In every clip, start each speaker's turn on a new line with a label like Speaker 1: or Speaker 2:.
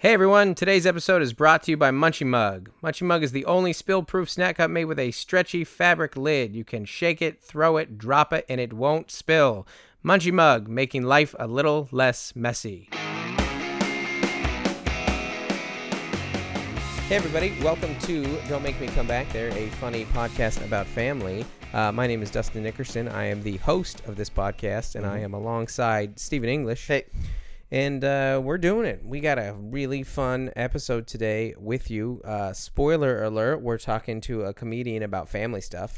Speaker 1: Hey everyone, today's episode is brought to you by Munchie Mug. Munchie Mug is the only spill proof snack cup made with a stretchy fabric lid. You can shake it, throw it, drop it, and it won't spill. Munchie Mug, making life a little less messy. Hey everybody, welcome to Don't Make Me Come Back. They're a funny podcast about family. Uh, my name is Dustin Nickerson. I am the host of this podcast, and I am alongside Stephen English. Hey. And uh, we're doing it. We got a really fun episode today with you. Uh, spoiler alert, we're talking to a comedian about family stuff.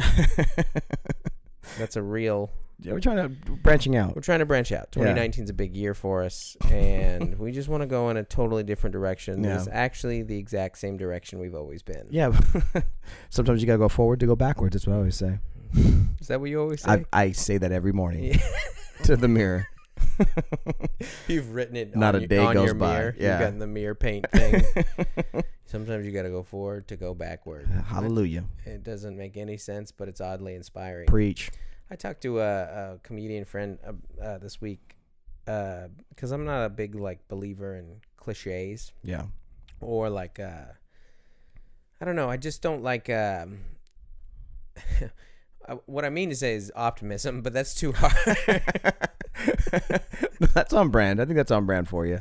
Speaker 1: That's a real.
Speaker 2: Yeah, we're trying to branching
Speaker 1: We're
Speaker 2: out.
Speaker 1: trying to branch out.
Speaker 2: Yeah.
Speaker 1: 2019 is a big year for us, and we just want to go in a totally different direction.
Speaker 2: Yeah.
Speaker 1: It's actually the exact same direction we've always been.
Speaker 2: Yeah, sometimes you gotta go forward to go backwards. That's what I always say.
Speaker 1: Is that what you always say?
Speaker 2: I, I say that every morning
Speaker 1: Yeah.
Speaker 2: to the mirror.
Speaker 1: You've written it. on
Speaker 2: Not a
Speaker 1: your-
Speaker 2: day
Speaker 1: on
Speaker 2: goes
Speaker 1: your
Speaker 2: by.
Speaker 1: Mirror.
Speaker 2: Yeah.
Speaker 1: You've got the mirror paint thing. Sometimes you got to go forward to go backward.
Speaker 2: Hallelujah!
Speaker 1: It doesn't make any sense, but it's oddly inspiring.
Speaker 2: Preach.
Speaker 1: I talked to a, a comedian friend uh, uh, this week because I'm not a big like believer in cliches
Speaker 2: Yeah.
Speaker 1: or like uh, I don't know. I just don't like. Um, uh, what I mean to say is optimism, but that's too hard.
Speaker 2: that's on brand. I think that's on brand for you.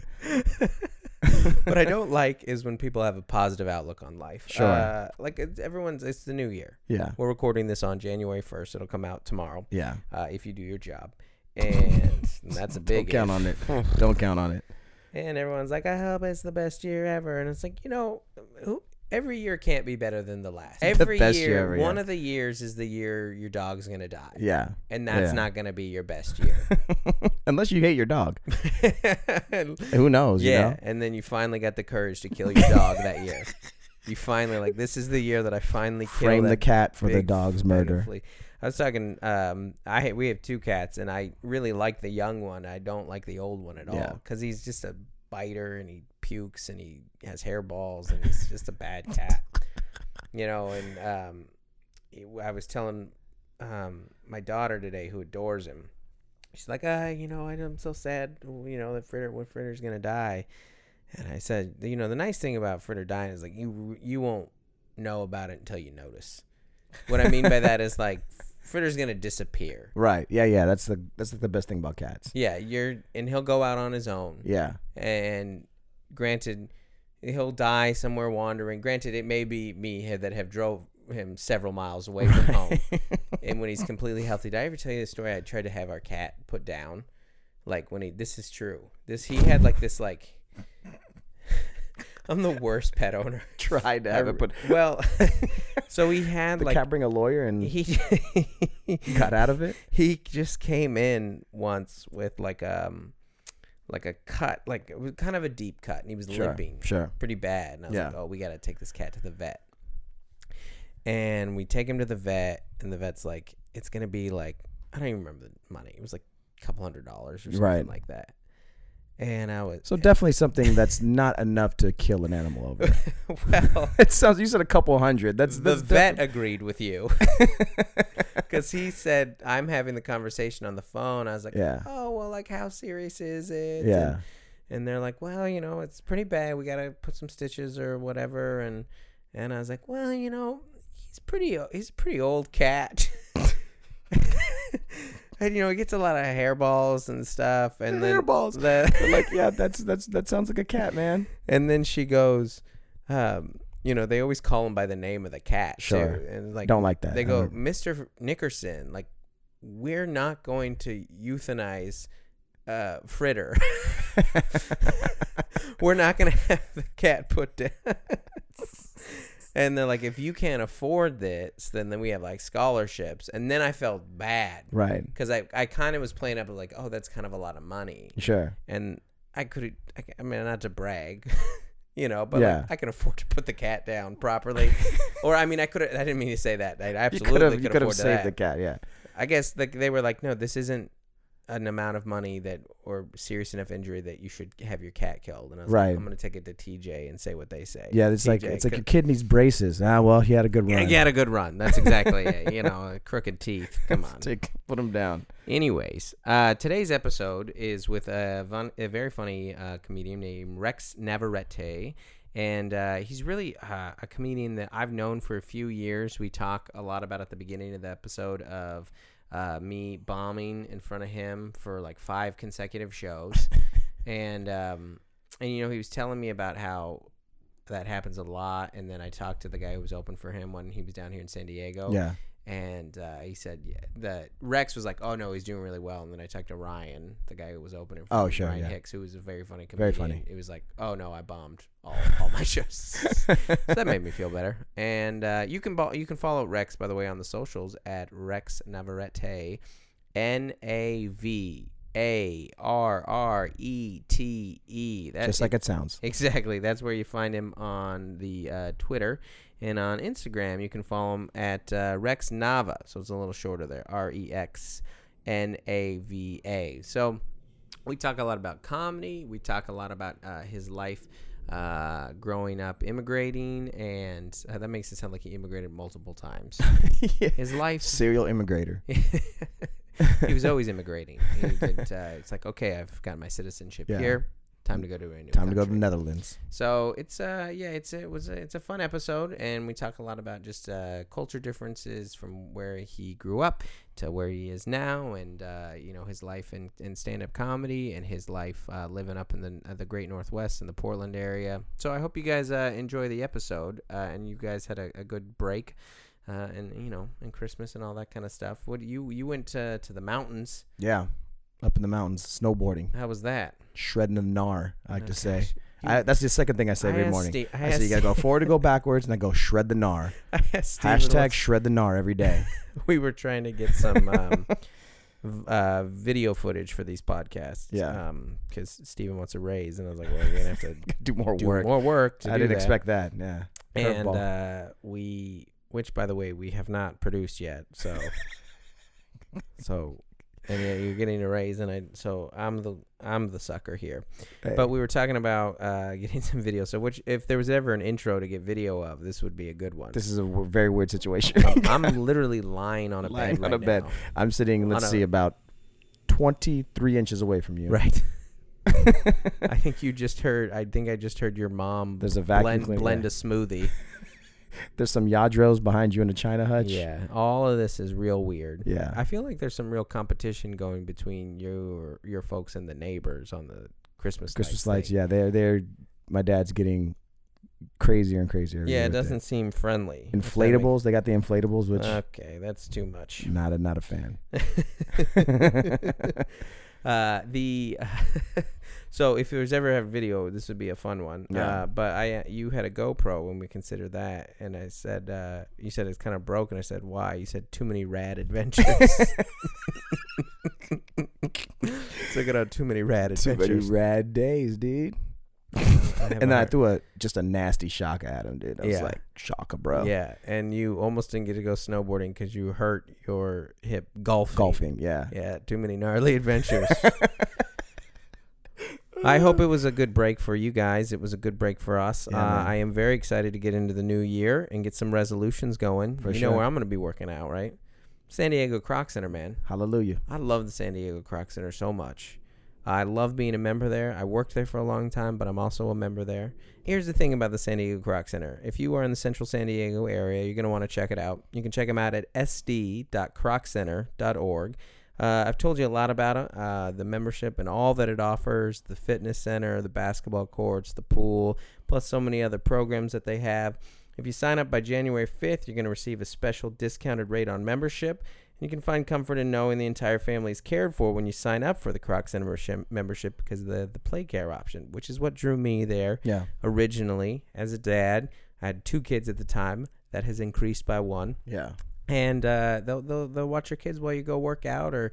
Speaker 1: what I don't like is when people have a positive outlook on life.
Speaker 2: Sure.
Speaker 1: Uh, like it's, everyone's, it's the new year.
Speaker 2: Yeah.
Speaker 1: We're recording this on January 1st. It'll come out tomorrow
Speaker 2: Yeah.
Speaker 1: uh, if you do your job. And that's a big
Speaker 2: Don't count
Speaker 1: if.
Speaker 2: on it. Don't count on it.
Speaker 1: And everyone's like, I hope it's the best year ever. And it's like, you know, who, every year can't be better than the last. Every
Speaker 2: best
Speaker 1: year,
Speaker 2: year ever,
Speaker 1: one
Speaker 2: yeah.
Speaker 1: of the years is the year your dog's going to die.
Speaker 2: Yeah.
Speaker 1: And that's
Speaker 2: Yeah.
Speaker 1: not going to be your best year.
Speaker 2: Unless you hate your dog.
Speaker 1: yeah.
Speaker 2: Who knows? You know?
Speaker 1: And then you finally got the courage to kill your dog that year. You finally, like, this is the year that I finally kill
Speaker 2: Frame
Speaker 1: that
Speaker 2: the cat for the
Speaker 1: big
Speaker 2: dog's
Speaker 1: fucking
Speaker 2: murder.
Speaker 1: flea. I was talking. Um, I we have two cats, and I really like the young one. I don't like the old one at all. 'Cause
Speaker 2: Yeah.
Speaker 1: all because he's just a biter, and he pukes, and he has hairballs, and he's just a bad cat. You know, and um, he- I was telling um, my daughter today, who adores him. She's like, ah, you know, I'm so sad. You know that Fritter, when Fritter's gonna die. And I said, you know, the nice thing about Fritter dying is like you you won't know about it until you notice. What I mean by that is like Fritter's gonna disappear.
Speaker 2: Right. Yeah. Yeah. That's the that's the best thing about cats.
Speaker 1: Yeah, you're and he'll go out on his own.
Speaker 2: Yeah.
Speaker 1: And granted, he'll die somewhere wandering. Granted, it may be me here that have drove him several miles away from home. and when he's completely healthy, did I ever tell you the story? I tried to have our cat put down. Like when he, this is true. This he had like this like. I'm the worst pet owner.
Speaker 2: Try to have
Speaker 1: I-
Speaker 2: it put.
Speaker 1: well, so he had
Speaker 2: The
Speaker 1: like
Speaker 2: cat bring a lawyer and
Speaker 1: he
Speaker 2: got out of it.
Speaker 1: he just came in once with like um like a cut like it was kind of a deep cut and he was limping
Speaker 2: Sure.
Speaker 1: pretty bad and I was like
Speaker 2: Yeah.
Speaker 1: oh we got to take this cat to the vet and we take him to the vet and the vet's like it's gonna be like I don't even remember the money it was like a couple hundred dollars or something
Speaker 2: Right.
Speaker 1: like that and I was
Speaker 2: So definitely something that's not enough to kill an animal over.
Speaker 1: well
Speaker 2: it sounds you said a couple hundred. That's
Speaker 1: the
Speaker 2: that's
Speaker 1: vet agreed with you because he said i'm having the conversation on the phone i was like
Speaker 2: Yeah.
Speaker 1: oh well like how serious is it
Speaker 2: definitely-
Speaker 1: and, and they're like well you know it's pretty bad we gotta put some stitches or whatever and and i was like well you know he's pretty o- he's a pretty old cat and you know he gets a lot of hairballs and stuff and then
Speaker 2: Hairballs.
Speaker 1: the-
Speaker 2: yeah. like yeah, that's that's that sounds like a cat, man.
Speaker 1: and then she goes um you know they always call him by the name of the cat too.
Speaker 2: Sure.
Speaker 1: and like
Speaker 2: Don't like that.
Speaker 1: they
Speaker 2: I
Speaker 1: go,
Speaker 2: don't-
Speaker 1: Mr. Nickerson, like, we're not going to euthanize uh, Fritter. we're not going to have the cat put down. and they're like, if you can't afford this, then, then we have like scholarships. And then I felt bad
Speaker 2: right.
Speaker 1: because I, I kind of was playing up like, oh, that's kind of a lot of money.
Speaker 2: Sure.
Speaker 1: And I could, I, I mean, not to brag. You know, but
Speaker 2: Yeah.
Speaker 1: like, I can afford to put the cat down properly, or I mean, I could. I didn't mean to say that. I
Speaker 2: You
Speaker 1: absolutely
Speaker 2: could have
Speaker 1: could
Speaker 2: you could have
Speaker 1: afford
Speaker 2: saved
Speaker 1: that.
Speaker 2: the cat. Yeah.
Speaker 1: I guess like they were like, no, this isn't an amount of money that or serious enough injury that you should have your cat killed. And I was
Speaker 2: Right.
Speaker 1: like, I'm gonna take it to TJ and say what they say.
Speaker 2: Yeah, it's like
Speaker 1: TJ,
Speaker 2: it's like your
Speaker 1: could-
Speaker 2: kid needs braces. Ah, well, he had a good
Speaker 1: yeah,
Speaker 2: run.
Speaker 1: you had a good run. That's exactly it. You know, crooked teeth. Come on.
Speaker 2: Take- put him down.
Speaker 1: Anyways, uh, today's episode is with a, fun, a very funny uh, comedian named Rex Navarrete. And uh, he's really uh, a comedian that I've known for a few years. We talk a lot about at the beginning of the episode of uh, me bombing in front of him for like five consecutive shows. and, um, and, you know, he was telling me about how that happens a lot. And then I talked to the guy who was open for him when he was down here in San Diego
Speaker 2: Yeah,
Speaker 1: and uh, he said yeah, that Rex was like, "Oh no, he's doing really well." And then I talked to Ryan, the guy who was opening for
Speaker 2: Oh,
Speaker 1: me,
Speaker 2: sure,
Speaker 1: Ryan
Speaker 2: yeah.
Speaker 1: Hicks, who was a very funny comedian.
Speaker 2: Very funny.
Speaker 1: It was like, "Oh no, I bombed all, all my shows." so that made me feel better. And uh, you can bo- you can follow Rex by the way on the socials at Rex Navarrete, N A V A R R E T E. That's
Speaker 2: just like it sounds.
Speaker 1: Exactly. That's where you find him on the uh, Twitter and on Instagram. You can follow him at uh, Rex Nava. So it's a little shorter there. R E X N A V A. So we talk a lot about comedy. We talk a lot about uh, his life uh, growing up, immigrating, and uh, that makes it sound like he immigrated multiple times.
Speaker 2: yeah.
Speaker 1: His life
Speaker 2: Serial immigrator.
Speaker 1: he was always immigrating. He did, uh, it's like, okay, I've got my citizenship
Speaker 2: Yeah.
Speaker 1: here. Time to go to a new
Speaker 2: Time to go to
Speaker 1: country.
Speaker 2: the Netherlands.
Speaker 1: So it's uh yeah it's it was a, it's a fun episode and we talk a lot about just uh, culture differences from where he grew up to where he is now and uh, you know his life in, in stand up comedy and his life uh, living up in the uh, the great northwest in the Portland area. So I hope you guys uh, enjoy the episode uh, and you guys had a, a good break uh, and you know and Christmas and all that kind of stuff. What you you went to, to the mountains?
Speaker 2: Yeah, up in the mountains, snowboarding,
Speaker 1: How was that?
Speaker 2: shredding the gnar. I like
Speaker 1: Oh,
Speaker 2: to say.
Speaker 1: gosh. You-
Speaker 2: I, that's the second thing I say every
Speaker 1: asked
Speaker 2: morning.
Speaker 1: Steve-
Speaker 2: I say you gotta go forward to go backwards, and then go shred the gnar.
Speaker 1: I asked Steven
Speaker 2: Hashtag
Speaker 1: what's-
Speaker 2: shred the gnar every day.
Speaker 1: we were trying to get some um, v- uh, video footage for these podcasts.
Speaker 2: Yeah.
Speaker 1: Because Steven wants a raise, and I was like, well, we're going to have to
Speaker 2: do more
Speaker 1: do
Speaker 2: work.
Speaker 1: more work. To
Speaker 2: I
Speaker 1: do
Speaker 2: didn't
Speaker 1: that.
Speaker 2: expect that. Yeah.
Speaker 1: And
Speaker 2: curveball.
Speaker 1: uh, we, which by the way, we have not produced yet. So, so. And yeah, you're getting a raise, and I so I'm the I'm the sucker here.
Speaker 2: Hey,
Speaker 1: But we were talking about uh, getting some video. So, which if there was ever an intro to get video of, this would be a good one.
Speaker 2: this is a w- very weird situation.
Speaker 1: Oh, I'm literally lying on a
Speaker 2: Lying
Speaker 1: bed
Speaker 2: on
Speaker 1: right
Speaker 2: a bed.
Speaker 1: now.
Speaker 2: I'm sitting. Let's
Speaker 1: On a-
Speaker 2: see, about twenty-three inches away from you.
Speaker 1: Right. I think you just heard. I think I just heard your mom
Speaker 2: There's a vacuum
Speaker 1: blend
Speaker 2: cleaner.
Speaker 1: blend a smoothie.
Speaker 2: There's some yadros behind you in a china hutch.
Speaker 1: yeah, all of this is real weird.
Speaker 2: Yeah.
Speaker 1: I feel like there's some real competition going between your your folks and the neighbors on the Christmas
Speaker 2: Christmas
Speaker 1: lights.
Speaker 2: lights.
Speaker 1: thing.
Speaker 2: Yeah, they're they're. My dad's getting crazier and crazier. every
Speaker 1: yeah,
Speaker 2: year
Speaker 1: it
Speaker 2: with
Speaker 1: doesn't seem Uh, friendly. if that makes-
Speaker 2: Inflatables. They got the inflatables, which
Speaker 1: Okay, that's too much.
Speaker 2: not a not a fan.
Speaker 1: uh, the so if there's ever a video, this would be a fun one.
Speaker 2: Yeah.
Speaker 1: Uh, but I you had a GoPro when we considered that, and I said uh, you said it's kind of broken. I said why? You said too many rad adventures. Took it out too many rad
Speaker 2: Too many
Speaker 1: adventures.
Speaker 2: rad days, dude.
Speaker 1: haven't
Speaker 2: and then I
Speaker 1: heard-
Speaker 2: threw a just a nasty shock at him, dude. I was
Speaker 1: Yeah.
Speaker 2: like, "Shocker, bro."
Speaker 1: Yeah, and you almost didn't get to go snowboarding because you hurt your hip golfing.
Speaker 2: golfing. Yeah.
Speaker 1: Yeah, too many gnarly adventures. I hope it was a good break for you guys. It was a good break for us.
Speaker 2: Yeah,
Speaker 1: uh,
Speaker 2: man.
Speaker 1: I am very excited to get into the new year and get some resolutions going.
Speaker 2: For
Speaker 1: you know
Speaker 2: sure.
Speaker 1: where I'm going to be working out, right? San Diego Croc Center, man.
Speaker 2: Hallelujah.
Speaker 1: I love the San Diego Croc Center so much. I love being a member there. I worked there for a long time, but I'm also a member there. Here's the thing about the San Diego Croc Center. If you are in the central San Diego area, you're going to want to check it out. You can check them out at sd.croccenter.org. Uh, I've told you a lot about it, uh, the membership and all that it offers the fitness center, the basketball courts, the pool, plus so many other programs that they have. If you sign up by January 5th, you're going to receive a special discounted rate on membership. You can find comfort in knowing the entire family is cared for when you sign up for the Croc Center membership- membership because of the, the play care option, which is what drew me there
Speaker 2: Yeah.
Speaker 1: originally as a dad. I had two kids at the time. That has increased by one.
Speaker 2: Yeah.
Speaker 1: And uh, they'll, they'll, they'll watch your kids while you go work out or,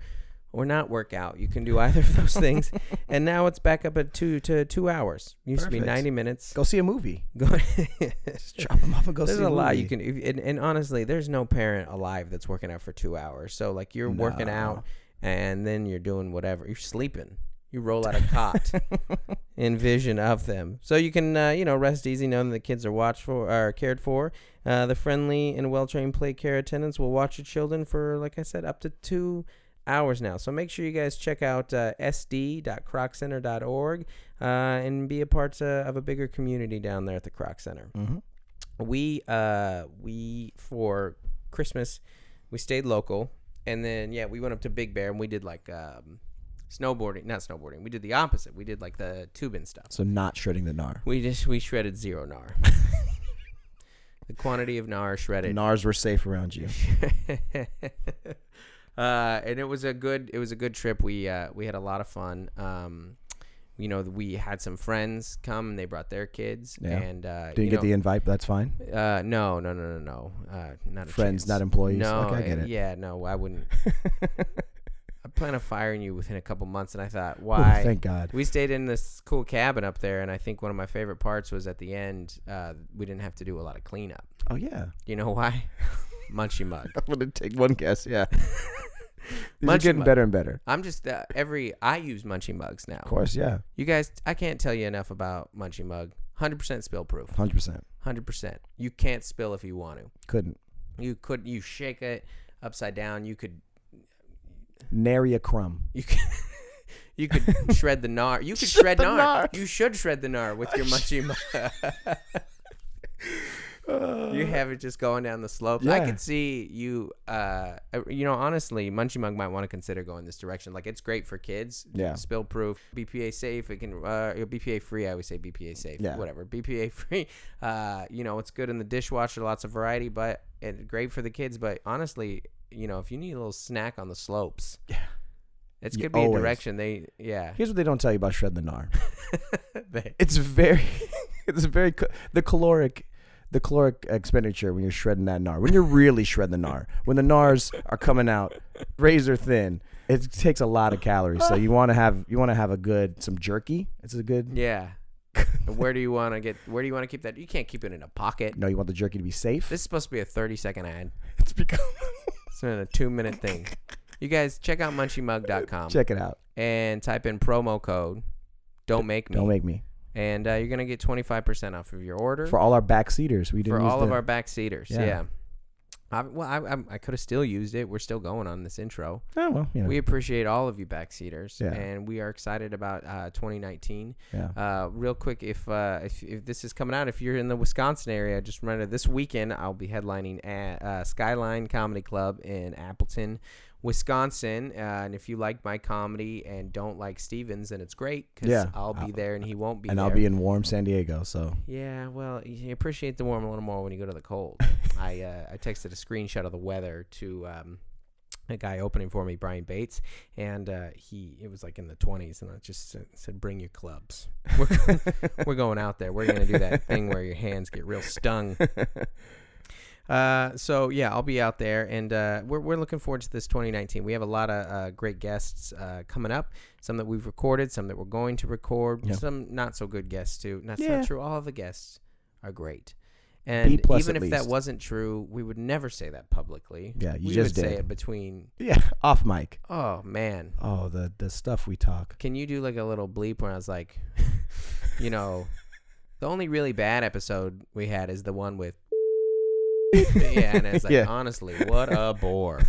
Speaker 1: or not work out. You can do either of those things. And now it's back up at two to two hours. Used to be
Speaker 2: Perfect.
Speaker 1: 90 minutes.
Speaker 2: Go see a movie.
Speaker 1: Go-
Speaker 2: Drop him off and go
Speaker 1: there's
Speaker 2: see
Speaker 1: a lot you
Speaker 2: movie.
Speaker 1: can if, and, and honestly there's no parent alive that's working out for two hours so like you're working
Speaker 2: No.
Speaker 1: out and then you're doing whatever. You're sleeping. You roll out a cot in vision of them, so you can uh, you know rest easy knowing the kids are watched for are cared for. Uh, the friendly and well trained play care attendants will watch your children for, like I said, up to two hours now. So make sure you guys check out uh, sd.croccenter.org uh, and be a part uh, of a bigger community down there at the Croc Center
Speaker 2: mm-hmm.
Speaker 1: we uh we for christmas we stayed local and then yeah we went up to big bear and we did like um snowboarding not snowboarding we did the opposite we did like the tubing stuff
Speaker 2: So not shredding the gnar.
Speaker 1: we just we shredded zero nar the quantity of nar
Speaker 2: The
Speaker 1: shredded
Speaker 2: Nars were safe around you.
Speaker 1: uh, and it was a good it was a good trip. We uh, we had a lot of fun. Um, you know, we had some friends come and they brought their kids.
Speaker 2: Yeah.
Speaker 1: And uh,
Speaker 2: Didn't
Speaker 1: you
Speaker 2: get
Speaker 1: know,
Speaker 2: the invite, but that's fine.
Speaker 1: uh, no, no, no, no, no. Uh, not a
Speaker 2: Friends,
Speaker 1: chance.
Speaker 2: not employees.
Speaker 1: No,
Speaker 2: Okay, I get
Speaker 1: uh,
Speaker 2: it.
Speaker 1: Yeah, no, I wouldn't. I plan on firing you within a couple months, and I thought,
Speaker 2: Ooh,
Speaker 1: why?
Speaker 2: thank God.
Speaker 1: we stayed in this cool cabin up there, and I think one of my favorite parts was at the end. Uh, we didn't have to do a lot of cleanup.
Speaker 2: Oh yeah.
Speaker 1: You know why? Munchy mug.
Speaker 2: I'm gonna take one guess. Yeah. These are
Speaker 1: Much
Speaker 2: getting
Speaker 1: mu-
Speaker 2: better and better.
Speaker 1: I'm just uh, every I use Munchie mugs now.
Speaker 2: Of course, yeah,
Speaker 1: You guys, I can't tell you enough about Munchie mug. 100% spill proof.
Speaker 2: hundred percent.
Speaker 1: 100%. You can't spill if you want to.
Speaker 2: Couldn't
Speaker 1: You could you shake it upside down. You could
Speaker 2: nary a crumb.
Speaker 1: you could you could shred the gnar. You could shred,
Speaker 2: the
Speaker 1: gnar.
Speaker 2: gnar.
Speaker 1: You should shred the gnar with your Munchie mug. you have it just going down the slope. I
Speaker 2: Uh. Yeah.
Speaker 1: could see you. Uh, you know, honestly, Munchie Mug might want to consider going this direction. Like, it's great for kids.
Speaker 2: Yeah.
Speaker 1: spill proof, BPA safe. It can uh, BPA free. I always say BPA safe.
Speaker 2: Yeah.
Speaker 1: whatever. BPA free. Uh, you know, it's good in the dishwasher. Lots of variety, but and great for the kids. But honestly, you know, if you need a little snack on the slopes, yeah, it's
Speaker 2: You
Speaker 1: could be
Speaker 2: always-
Speaker 1: a direction. They yeah,
Speaker 2: Here's what they don't tell you about shred the gnar.
Speaker 1: They-
Speaker 2: It's very, it's very ca- the caloric, the caloric expenditure when you're shredding that gnar. When you're really shredding the gnar, when the nars are coming out razor thin, it takes a lot of calories. So you want to have you want to have a good some jerky. It's a good.
Speaker 1: yeah. where do you want to get? Where do you want to keep that? You can't keep it in a pocket.
Speaker 2: No, you want the jerky to be safe.
Speaker 1: This is supposed to be a thirty-second ad.
Speaker 2: It's become.
Speaker 1: It's been a two minute thing. You guys check out munchiemug.com
Speaker 2: Check it out.
Speaker 1: and type in promo code Don't Make Me.
Speaker 2: Don't make me.
Speaker 1: and uh, you're going to get 25% off of your order
Speaker 2: For
Speaker 1: for,
Speaker 2: all our backseaters, we didn't. use
Speaker 1: all of
Speaker 2: the-
Speaker 1: our back seaters. Yeah.
Speaker 2: Yeah.
Speaker 1: I, well, I, I, I could have still used it. We're still going on this intro.
Speaker 2: Oh well, you know.
Speaker 1: We appreciate all of you backseaters,
Speaker 2: Yeah.
Speaker 1: and we are excited about uh, 2019.
Speaker 2: yeah.
Speaker 1: Uh, real quick, if, uh, if if this is coming out, if you're in the Wisconsin area, just remember this weekend I'll be headlining at uh, Skyline Comedy Club in Appleton, Wisconsin. Uh, and if you like my comedy and don't like Stevens, then it's great because
Speaker 2: Yeah. Uh,
Speaker 1: I'll be there and he won't be.
Speaker 2: and
Speaker 1: there.
Speaker 2: I'll be in warm San Diego, so
Speaker 1: Yeah, well, you appreciate the warm a little more when you go to the cold. I uh, I texted a screenshot of the weather to um, a guy opening for me, Brian Bates, and uh, he it was like in the 20s, and I just said, said "Bring your clubs. We're, we're going out there. We're gonna do that thing where your hands get real stung." Uh, so yeah, I'll be out there, and uh, we're we're looking forward to this 2019. We have a lot of uh, great guests uh, coming up. Some that we've recorded, some that we're going to record,
Speaker 2: Yeah.
Speaker 1: some not so good guests too. That's
Speaker 2: Yeah.
Speaker 1: not true. All the guests are great, and
Speaker 2: plus
Speaker 1: even if
Speaker 2: at
Speaker 1: that
Speaker 2: least.
Speaker 1: wasn't true, we would never say that publicly.
Speaker 2: Yeah, you
Speaker 1: we
Speaker 2: just
Speaker 1: would say
Speaker 2: did.
Speaker 1: it between.
Speaker 2: yeah, off mic.
Speaker 1: Oh man,
Speaker 2: Oh, the the stuff we talk.
Speaker 1: can you do like a little bleep when I was like, you know, the only really bad episode we had is the one with. yeah, and it's like
Speaker 2: Yeah.
Speaker 1: honestly, what a bore!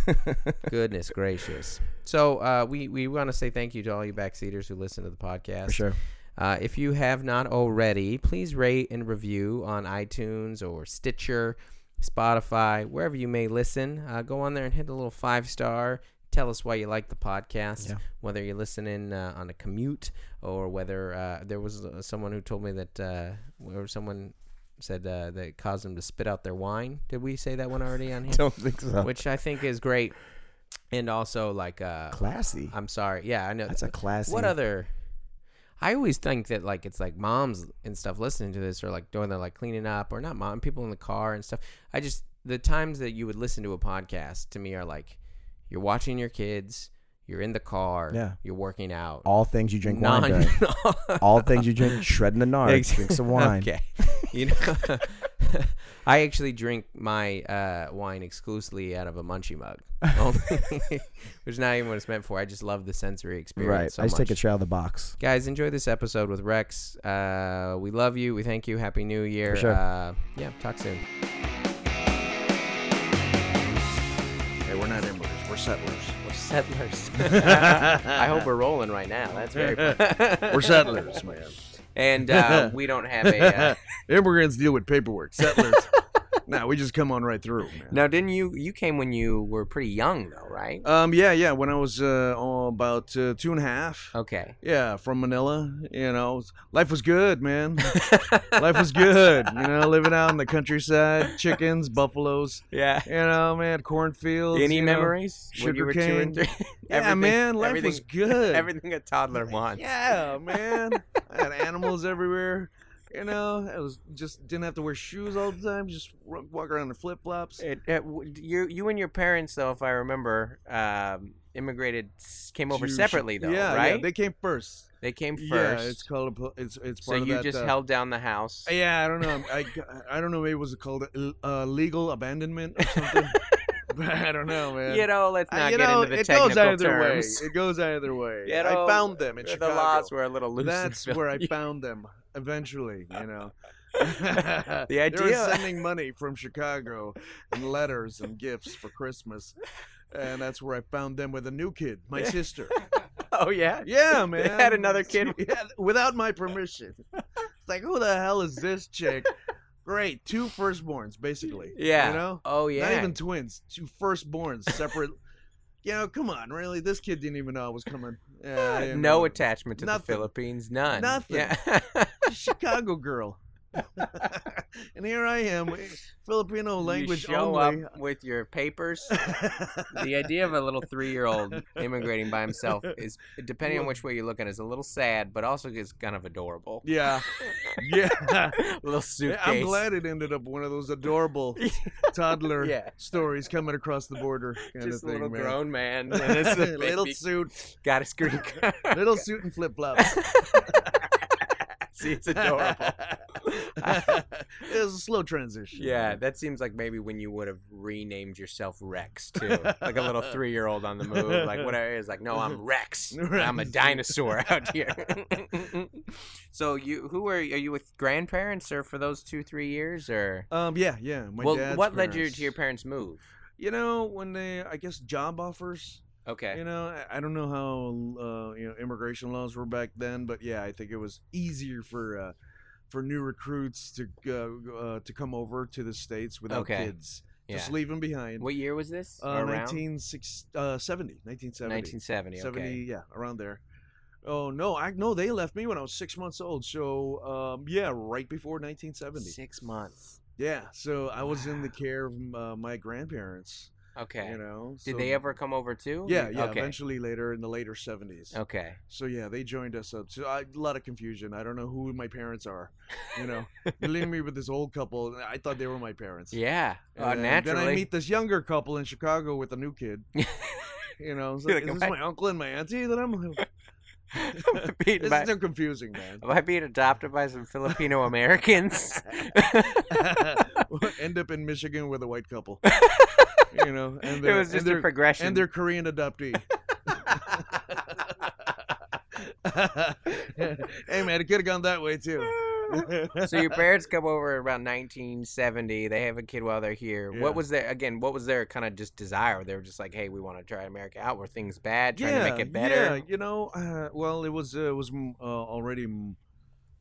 Speaker 1: Goodness gracious. So uh, we we want to say thank you to all you backseaters who listen to the podcast.
Speaker 2: For sure.
Speaker 1: Uh, if you have not already, please rate and review on iTunes or Stitcher, Spotify, wherever you may listen. Uh, go on there and hit the little five star. Tell us why you like the podcast,
Speaker 2: Yeah.
Speaker 1: whether you're listening uh, on a commute or whether uh, there was uh, someone who told me that, uh, or someone said uh, that it caused them to spit out their wine. Did we say that one already on here?
Speaker 2: Don't think so.
Speaker 1: Which I think is great. And also, like, uh,
Speaker 2: classy.
Speaker 1: I'm sorry. Yeah, I know.
Speaker 2: That's a classy.
Speaker 1: What other? I always think that like it's like moms and stuff listening to this or like doing they're like cleaning up or not mom people in the car and stuff. I just the times that you would listen to a podcast to me are like you're watching your kids, you're in the car,
Speaker 2: Yeah.
Speaker 1: you're working out,
Speaker 2: all things you drink wine
Speaker 1: Non-
Speaker 2: during. all things you drink, shredding the nard,
Speaker 1: Ex-
Speaker 2: drink some wine.
Speaker 1: Okay, you know. I actually drink my uh, wine exclusively out of a munchie mug, Only- which is not even what it's meant for. I just love the sensory experience.
Speaker 2: right.
Speaker 1: so
Speaker 2: I just
Speaker 1: much.
Speaker 2: take a shot out of the box.
Speaker 1: Guys, enjoy this episode with Rex. Uh, we love you. We thank you. Happy New Year.
Speaker 2: For sure.
Speaker 1: Uh, yeah, talk soon.
Speaker 3: Hey, we're not inwards. We're settlers.
Speaker 1: We're settlers. I hope we're rolling right now. That's very fun.
Speaker 3: We're settlers, man.
Speaker 1: and uh, we don't have a. Uh,
Speaker 3: Immigrants deal with paperwork. Settlers. nah, we just come on right through, man.
Speaker 1: now, didn't you? You came when you were pretty young, though, right?
Speaker 3: Um, yeah, yeah. When I was uh, oh, about uh, two and a half.
Speaker 1: Okay.
Speaker 3: Yeah, from Manila. You know, life was good, man. life was good. You know, living out in the countryside, chickens, buffaloes.
Speaker 1: Yeah.
Speaker 3: You know, man, cornfields.
Speaker 1: Any
Speaker 3: you know.
Speaker 1: memories? when you were two
Speaker 3: sugarcane.
Speaker 1: and three?
Speaker 3: Yeah,
Speaker 1: Everything-
Speaker 3: man, life
Speaker 1: everything-
Speaker 3: was good.
Speaker 1: Everything a toddler wants.
Speaker 3: Yeah, man. I had animals everywhere. You know, I was just didn't have to wear shoes all the time. Just ru- walk around in flip flops.
Speaker 1: It, it, w- you, you and your parents, though, if I remember, um, immigrated, s- came over separately, though,
Speaker 3: yeah,
Speaker 1: right?
Speaker 3: Yeah, they came first.
Speaker 1: they came first.
Speaker 3: Yeah, it's called a. pl- It's it's
Speaker 1: so
Speaker 3: part of
Speaker 1: you
Speaker 3: that,
Speaker 1: just
Speaker 3: uh,
Speaker 1: held down the house.
Speaker 3: Yeah, I don't know. um, I, I don't know. Maybe it was called uh, uh, legal abandonment or something. I don't know, man.
Speaker 1: You know, let's
Speaker 3: I-
Speaker 1: not
Speaker 3: Uh, you
Speaker 1: get
Speaker 3: know,
Speaker 1: into the
Speaker 3: it
Speaker 1: technical
Speaker 3: goes either
Speaker 1: terms.
Speaker 3: way. It goes either way.
Speaker 1: You know,
Speaker 3: I found them in
Speaker 1: the
Speaker 3: Chicago.
Speaker 1: laws were a little loose. in
Speaker 3: That's
Speaker 1: Philly.
Speaker 3: where I found them eventually, you know.
Speaker 1: The
Speaker 3: They were
Speaker 1: idea-
Speaker 3: sending money from Chicago and letters and gifts for Christmas. And that's where I found them with a new kid, my sister.
Speaker 1: Oh yeah.
Speaker 3: Yeah, man.
Speaker 1: had another kid?
Speaker 3: Yeah, without my permission. It's like, who the hell is this chick? Great, two firstborns, basically.
Speaker 1: Yeah.
Speaker 3: You know?
Speaker 1: Oh yeah.
Speaker 3: Not even twins, two firstborns, separate. you know, come on, really? This kid didn't even know I was coming. Yeah, I didn't
Speaker 1: no
Speaker 3: know.
Speaker 1: attachment to the
Speaker 3: Nothing.
Speaker 1: Philippines. None.
Speaker 3: Nothing.
Speaker 1: Yeah.
Speaker 3: Chicago girl. and here I am, eh, Filipino language
Speaker 1: you show
Speaker 3: only.
Speaker 1: up with your papers. the idea of a little three-year-old immigrating by himself is, depending on which way you look at, it, is a little sad, but also is kind of adorable.
Speaker 3: yeah. Yeah.
Speaker 1: little
Speaker 3: Yeah,
Speaker 1: suitcase.
Speaker 3: I'm glad it ended up one of those adorable toddler
Speaker 1: Yeah.
Speaker 3: stories coming across the border kind
Speaker 1: Just
Speaker 3: of thing,
Speaker 1: a little
Speaker 3: man.
Speaker 1: grown man. And this is a
Speaker 3: little
Speaker 1: baby.
Speaker 3: suit,
Speaker 1: got his green card.
Speaker 3: little suit and flip flops.
Speaker 1: See, it's adorable.
Speaker 3: it was a slow transition.
Speaker 1: Yeah, that seems like maybe when you would have renamed yourself Rex too, like a little three-year-old on the move, like whatever. It's like, no, I'm Rex. I'm a
Speaker 3: Rex.
Speaker 1: dinosaur out here. so you, who are are you with grandparents or for those two three years or?
Speaker 3: Um. Yeah. Yeah. My
Speaker 1: well,
Speaker 3: dad's
Speaker 1: what led you
Speaker 3: parents-
Speaker 1: to your parents move?
Speaker 3: You know, when they, I guess, job offers.
Speaker 1: Okay.
Speaker 3: You know, I- I don't know how uh, you know immigration laws were back then, but yeah, I think it was easier for uh, for new recruits to uh, uh, to come over to the states without
Speaker 1: Okay.
Speaker 3: kids,
Speaker 1: Yeah.
Speaker 3: just leave them behind.
Speaker 1: What year was this?
Speaker 3: Uh, 1960, uh, 70, 1970,
Speaker 1: 1970.
Speaker 3: 70,
Speaker 1: Okay.
Speaker 3: yeah, around there. Oh no, I no, they left me when I was six months old. So um, yeah, right before 1970.
Speaker 1: Six months.
Speaker 3: Yeah, so I was in the
Speaker 1: Wow.
Speaker 3: care of uh, my grandparents.
Speaker 1: Okay.
Speaker 3: You know,
Speaker 1: Did
Speaker 3: so-
Speaker 1: they ever come over too?
Speaker 3: Yeah, yeah.
Speaker 1: Okay.
Speaker 3: Eventually, later in the later 70s.
Speaker 1: Okay.
Speaker 3: So yeah, they joined us up. So I, a lot of confusion. I don't know who my parents are. You know, you leave me with this old couple. and I thought they were my parents.
Speaker 1: Yeah.
Speaker 3: And
Speaker 1: uh,
Speaker 3: then-
Speaker 1: naturally.
Speaker 3: Then I meet this younger couple in Chicago with a new kid. you know, it's
Speaker 1: You're
Speaker 3: like,
Speaker 1: like,
Speaker 3: is this
Speaker 1: "What?"
Speaker 3: my uncle and my auntie that I'm?
Speaker 1: Beat
Speaker 3: It's
Speaker 1: my-
Speaker 3: so confusing, man.
Speaker 1: Am I being adopted by some Filipino Americans?
Speaker 3: End up in Michigan with a white couple. You know, and
Speaker 1: it
Speaker 3: they're-
Speaker 1: was
Speaker 3: and
Speaker 1: just a
Speaker 3: they're-
Speaker 1: progression.
Speaker 3: and their Korean adoptee. hey man, it could have gone that way too.
Speaker 1: so your parents come over around 1970. They have a kid while they're here.
Speaker 3: Yeah.
Speaker 1: What was their again? What was their kind of just desire? They were just like, "Hey, we want to try America out. Were things bad? Trying to make it better."
Speaker 3: Yeah, you know, uh, well, it was uh, it was mm, uh, already mm,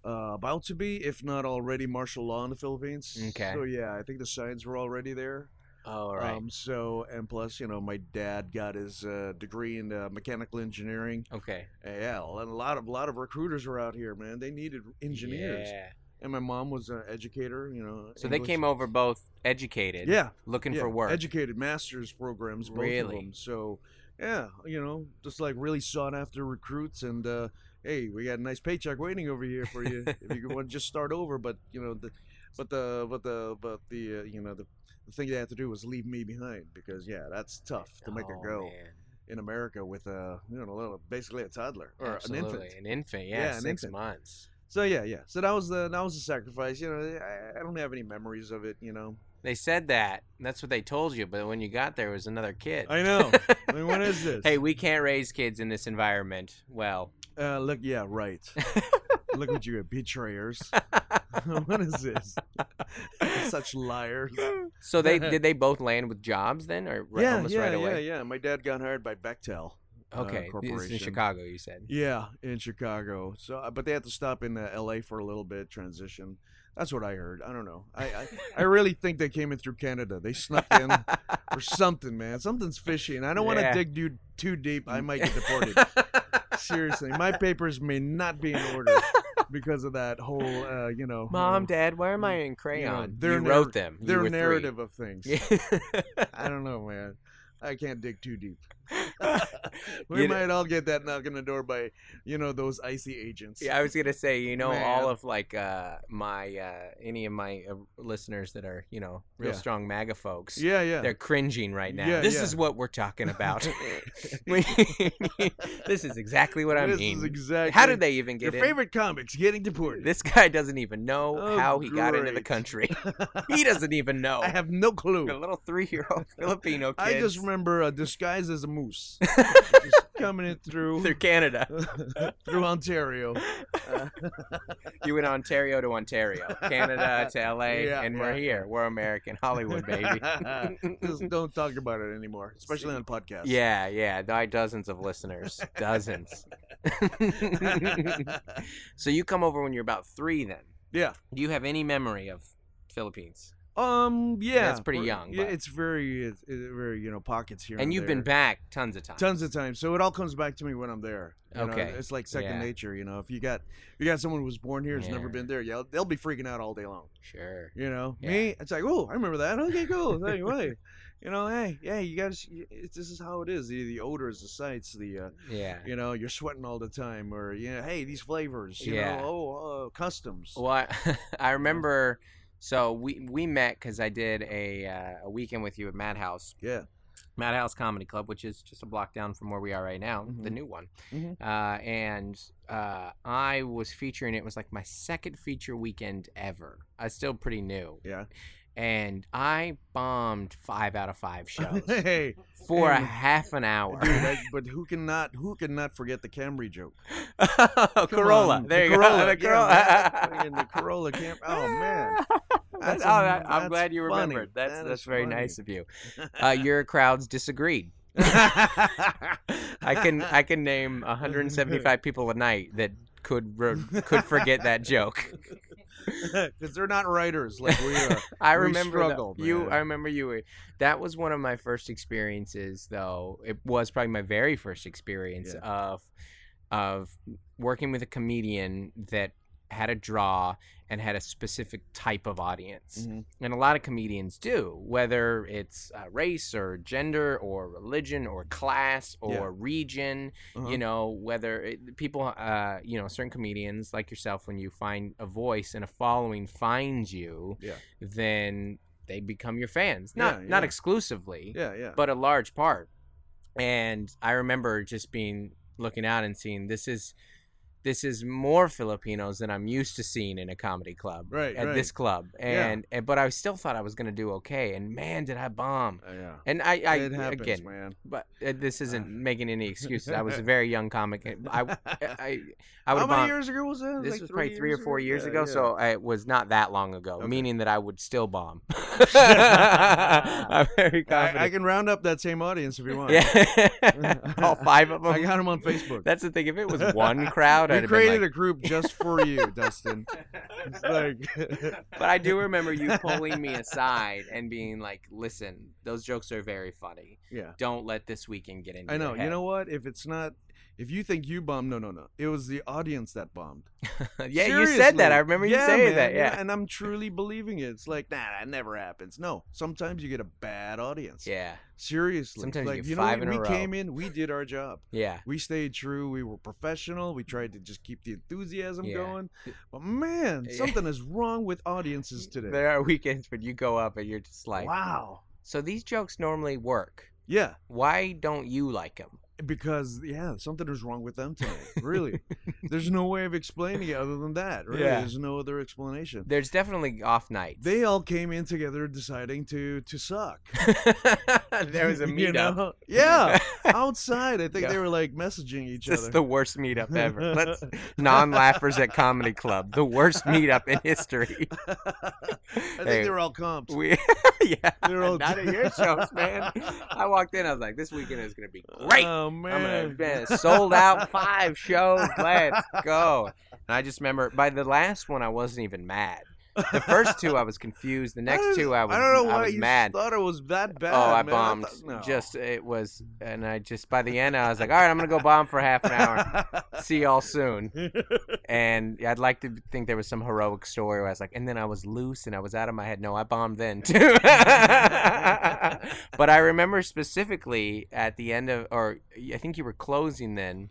Speaker 3: uh, about to be, if not already, martial law in the Philippines.
Speaker 1: Okay.
Speaker 3: So yeah, I think the signs were already there.
Speaker 1: Oh, all right.
Speaker 3: Um, so and plus, you know, my dad got his uh, degree in uh, mechanical engineering. Uh,
Speaker 1: okay.
Speaker 3: Yeah, and a lot of a lot of recruiters were out here, man. They needed engineers.
Speaker 1: Yeah.
Speaker 3: And my mom was an educator, you know.
Speaker 1: So they
Speaker 3: English-
Speaker 1: came over both educated.
Speaker 3: Yeah,
Speaker 1: Looking
Speaker 3: yeah,
Speaker 1: for work.
Speaker 3: Educated master's programs, both of
Speaker 1: Really?
Speaker 3: them. So, yeah, you know, just like really sought after recruits. And uh, hey, we got a nice paycheck waiting over here for you if you want to just start over. But you know, the, but the but the but the uh, you know the, the thing they had to do was leave me behind because yeah, that's tough to make
Speaker 1: Oh,
Speaker 3: a go
Speaker 1: man.
Speaker 3: in America with a you know a little, basically a toddler or
Speaker 1: Absolutely.
Speaker 3: an infant.
Speaker 1: An infant. Yeah.
Speaker 3: Yeah, an
Speaker 1: six
Speaker 3: infant.
Speaker 1: months.
Speaker 3: So yeah, yeah. So that was the that was the sacrifice. You know, I, I don't have any memories of it. You know,
Speaker 1: They said that. That's what they told you. But when you got there, it was another kid.
Speaker 3: I know. I mean, what is this?
Speaker 1: Hey, we can't raise kids in this environment. Well,
Speaker 3: uh, look, yeah, right. look what you betrayers. what is this? Such liars.
Speaker 1: so they did they both land with jobs then, or ri-
Speaker 3: yeah,
Speaker 1: almost
Speaker 3: yeah,
Speaker 1: right
Speaker 3: yeah,
Speaker 1: away?
Speaker 3: yeah. My dad got hired by Bechtel. uh,
Speaker 1: Okay, this is in
Speaker 3: corporation.
Speaker 1: Chicago. You said.
Speaker 3: Yeah, in Chicago. So, uh, but they had to stop in uh, L.A. for a little bit transition. That's what I heard. I don't know. I, I I really think they came in through Canada. They snuck in or something, man. Something's fishy, and I don't want
Speaker 1: Yeah.
Speaker 3: to dig dude too deep. I might get deported. Seriously, my papers may not be in order because of that whole, uh, you know,
Speaker 1: Mom,
Speaker 3: uh,
Speaker 1: Dad, where am I in crayon?
Speaker 3: their
Speaker 1: you
Speaker 3: narr-
Speaker 1: wrote them. You
Speaker 3: their
Speaker 1: were three.
Speaker 3: narrative of things.
Speaker 1: Yeah.
Speaker 3: I don't know, man. I can't dig too deep. we
Speaker 1: You kn-
Speaker 3: might all get that knock on the door by, you know, those icy agents.
Speaker 1: Yeah, I was gonna say, you know, all
Speaker 3: Man.
Speaker 1: of like uh, my uh, any of my uh, listeners that are, you know, real
Speaker 3: Yeah.
Speaker 1: strong MAGA folks,
Speaker 3: yeah, yeah.
Speaker 1: they're cringing right now.
Speaker 3: Yeah,
Speaker 1: this
Speaker 3: yeah.
Speaker 1: is what we're talking about. We- this is exactly what I
Speaker 3: this
Speaker 1: mean.
Speaker 3: is exactly
Speaker 1: How did they even
Speaker 3: your
Speaker 1: get in?
Speaker 3: favorite comics getting deported?
Speaker 1: This guy doesn't even know
Speaker 3: Oh,
Speaker 1: how he got into the
Speaker 3: great.
Speaker 1: country. he doesn't even know.
Speaker 3: I have no
Speaker 1: a
Speaker 3: clue.
Speaker 1: little three-year-old Filipino kid.
Speaker 3: I just remember uh, disguised as a moose, just coming in
Speaker 1: through
Speaker 3: through
Speaker 1: Canada.
Speaker 3: through Ontario.
Speaker 1: You went Ontario to Ontario, Canada to LA,
Speaker 3: Yeah,
Speaker 1: and we're
Speaker 3: yeah.
Speaker 1: here. We're American, Hollywood, baby.
Speaker 3: Just don't talk about it anymore, especially on podcasts.
Speaker 1: Yeah, yeah. I dozens of listeners. Dozens. so you come over when you're about three then.
Speaker 3: Yeah.
Speaker 1: Do you have any memory of Philippines?
Speaker 3: Um. Yeah.
Speaker 1: that's pretty
Speaker 3: We're-
Speaker 1: young,
Speaker 3: Yeah,
Speaker 1: but-
Speaker 3: it's very, it's, it's very you know pockets here.
Speaker 1: and you've been
Speaker 3: there.
Speaker 1: back tons of times.
Speaker 3: tons of times. So it all comes back to me when I'm there. you know?
Speaker 1: Okay.
Speaker 3: It's like second
Speaker 1: Yeah.
Speaker 3: nature. You know, if you got if you got someone who was born here, who's never
Speaker 1: Yeah.
Speaker 3: been there, yeah, they'll be freaking out all day long.
Speaker 1: Sure.
Speaker 3: You know,
Speaker 1: Yeah.
Speaker 3: me, it's like, oh, I remember that. Okay, cool. Hey, wait. You know, hey, yeah, you guys, it's, this is how it is. The, the odors, the sights, the, uh,
Speaker 1: Yeah.
Speaker 3: you know, you're sweating all the time, or, you know, hey, these flavors, you
Speaker 1: Yeah.
Speaker 3: know, oh, uh, customs.
Speaker 1: Well, I, I remember. So we we met because I did a uh, a weekend with you at Madhouse.
Speaker 3: Yeah.
Speaker 1: Madhouse Comedy Club, which is just a block down from where we are right now, the
Speaker 3: Mhm.
Speaker 1: new one.
Speaker 3: Mhm.
Speaker 1: Uh, and uh, I was featuring. It was like my second feature weekend ever. I was still pretty new.
Speaker 3: Yeah.
Speaker 1: And I bombed five out of five shows
Speaker 3: hey,
Speaker 1: for a
Speaker 3: And-
Speaker 1: half an hour.
Speaker 3: dude, I, but who cannot, who cannot forget the Camry joke? Come
Speaker 1: Corolla.
Speaker 3: on,
Speaker 1: There you
Speaker 3: the Corolla,
Speaker 1: go. The Corolla.
Speaker 3: Yeah, man, friggin' the Corolla Camry. Oh, man.
Speaker 1: That's-
Speaker 3: That's
Speaker 1: oh,
Speaker 3: am-
Speaker 1: that- I'm
Speaker 3: that's
Speaker 1: glad you
Speaker 3: funny.
Speaker 1: remembered. That's
Speaker 3: That
Speaker 1: that's
Speaker 3: is
Speaker 1: very
Speaker 3: funny.
Speaker 1: nice of you. Uh, your crowds disagreed. I
Speaker 3: I
Speaker 1: can I can name 175 people a night that could re- could forget that joke.
Speaker 3: because they're not writers like we are.
Speaker 1: I
Speaker 3: We
Speaker 1: remember the-
Speaker 3: struggled,
Speaker 1: you.
Speaker 3: man.
Speaker 1: I remember you. were- That was one of my first experiences, though. It was probably my very first experience
Speaker 3: Yeah.
Speaker 1: of of working with a comedian that had a draw and had a specific type of audience.
Speaker 3: Mhm.
Speaker 1: and a lot of comedians do, whether it's uh, race or gender or religion or class or
Speaker 3: Yeah.
Speaker 1: region,
Speaker 3: Uh-huh.
Speaker 1: you know, whether it, people, uh, you know, certain comedians like yourself, when you find a voice and a following finds you,
Speaker 3: Yeah.
Speaker 1: then they become your fans. Not
Speaker 3: Yeah,
Speaker 1: not
Speaker 3: yeah.
Speaker 1: exclusively,
Speaker 3: Yeah, yeah.
Speaker 1: but a large part. And I remember just being looking out and seeing this is this is more Filipinos than I'm used to seeing in a comedy club
Speaker 3: Right,
Speaker 1: at
Speaker 3: right.
Speaker 1: this club.
Speaker 3: Yeah.
Speaker 1: And, and but I still thought I was gonna do okay. And man, did I bomb!
Speaker 3: Uh, yeah.
Speaker 1: And I, I
Speaker 3: it happens,
Speaker 1: again,
Speaker 3: man. Ah.
Speaker 1: but uh, this isn't making any excuses. I was a very young comic. and eh, I I I would have
Speaker 3: How many
Speaker 1: bombed.
Speaker 3: years ago was that?
Speaker 1: This
Speaker 3: like
Speaker 1: was probably three or
Speaker 3: years
Speaker 1: four years
Speaker 3: Yeah,
Speaker 1: ago,
Speaker 3: yeah.
Speaker 1: so I, it was not that long ago.
Speaker 3: Okay.
Speaker 1: Meaning that I would still bomb. I'm very confident.
Speaker 3: I, I can round up that same audience if you want.
Speaker 1: Yeah. All five of them.
Speaker 3: I got him on Facebook.
Speaker 1: That's the thing. If it was one crowd, I'd
Speaker 3: we
Speaker 1: have been
Speaker 3: created
Speaker 1: like,
Speaker 3: a group just for you, Dustin. It's like,
Speaker 1: But I do remember you pulling me aside and being like, "Listen, those jokes are very funny.
Speaker 3: yeah.
Speaker 1: Don't let this weekend get into."
Speaker 3: I
Speaker 1: your
Speaker 3: know. You
Speaker 1: head."
Speaker 3: know what? If it's not, if you think you bombed, no, no, no. It was the audience that bombed.
Speaker 1: yeah, you said that. I
Speaker 3: Seriously.
Speaker 1: remember you
Speaker 3: Yeah,
Speaker 1: saying
Speaker 3: man,
Speaker 1: that.
Speaker 3: you know,
Speaker 1: Yeah.
Speaker 3: And I'm truly believing it. It's like, nah, that never happens. No. Sometimes you get a bad audience.
Speaker 1: Yeah.
Speaker 3: Seriously.
Speaker 1: Sometimes you
Speaker 3: like,
Speaker 1: get
Speaker 3: know
Speaker 1: five
Speaker 3: what?
Speaker 1: in a
Speaker 3: we
Speaker 1: row.
Speaker 3: came in, we did our job.
Speaker 1: Yeah.
Speaker 3: We stayed true. We were professional. We tried to just keep the enthusiasm
Speaker 1: Yeah.
Speaker 3: going. But man,
Speaker 1: Yeah.
Speaker 3: something is wrong with audiences today.
Speaker 1: There are weekends when you go up and you're just like,
Speaker 3: wow.
Speaker 1: "So these jokes normally work.
Speaker 3: Yeah.
Speaker 1: Why don't you like them?"
Speaker 3: because yeah, something is wrong with them tonight. Really, there's no way of explaining it other than that. Really,
Speaker 1: Yeah.
Speaker 3: there's no other explanation.
Speaker 1: There's definitely off nights.
Speaker 3: They all came in together, deciding to to suck.
Speaker 1: there was a
Speaker 3: You
Speaker 1: meetup.
Speaker 3: know? Yeah, outside. I think
Speaker 1: Yeah.
Speaker 3: they were like messaging each
Speaker 1: This is
Speaker 3: other.
Speaker 1: the worst meetup ever. Let's non-laughers at comedy club. The worst meetup in history.
Speaker 3: I think
Speaker 1: Hey,
Speaker 3: they were all comped.
Speaker 1: We, yeah,
Speaker 3: They're all-
Speaker 1: not at your shows, man. I walked in, I was like, this weekend is gonna be great.
Speaker 3: Oh
Speaker 1: I'm gonna
Speaker 3: man.
Speaker 1: man, sold out five shows. Let's go. And I just remember by the last one, I wasn't even mad. The first two, I was confused. The
Speaker 3: I don't-
Speaker 1: next two, I was
Speaker 3: I don't know why
Speaker 1: was
Speaker 3: you
Speaker 1: mad.
Speaker 3: thought it was that bad.
Speaker 1: oh, I
Speaker 3: man.
Speaker 1: bombed.
Speaker 3: thought- no.
Speaker 1: Just it was, and I just by the end, I was like, all right, I'm gonna go bomb for half an hour. See y'all soon. And I'd like to think there was some heroic story where I was like, and then I was loose and I was out of my head. No, I bombed then too. but I remember specifically at the end of, or I think you were closing then,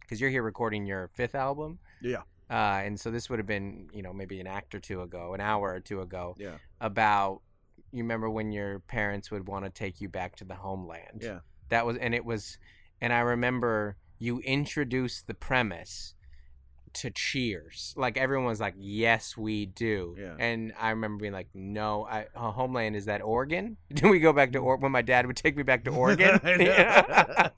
Speaker 1: because you're here recording your fifth album.
Speaker 3: Yeah.
Speaker 1: Uh, and so this would have been, you know, maybe an act or two ago, an hour or two ago.
Speaker 3: Yeah.
Speaker 1: About you remember when your parents would want to take you back to the homeland.
Speaker 3: Yeah.
Speaker 1: That was, and it was, and I remember you introduced the premise to Cheers. Like everyone was like, "Yes, we do."
Speaker 3: Yeah.
Speaker 1: And I remember being like, "No, I, uh, Homeland is that Oregon? Do we go back to Oregon? When my dad would take me back to Oregon?"
Speaker 3: I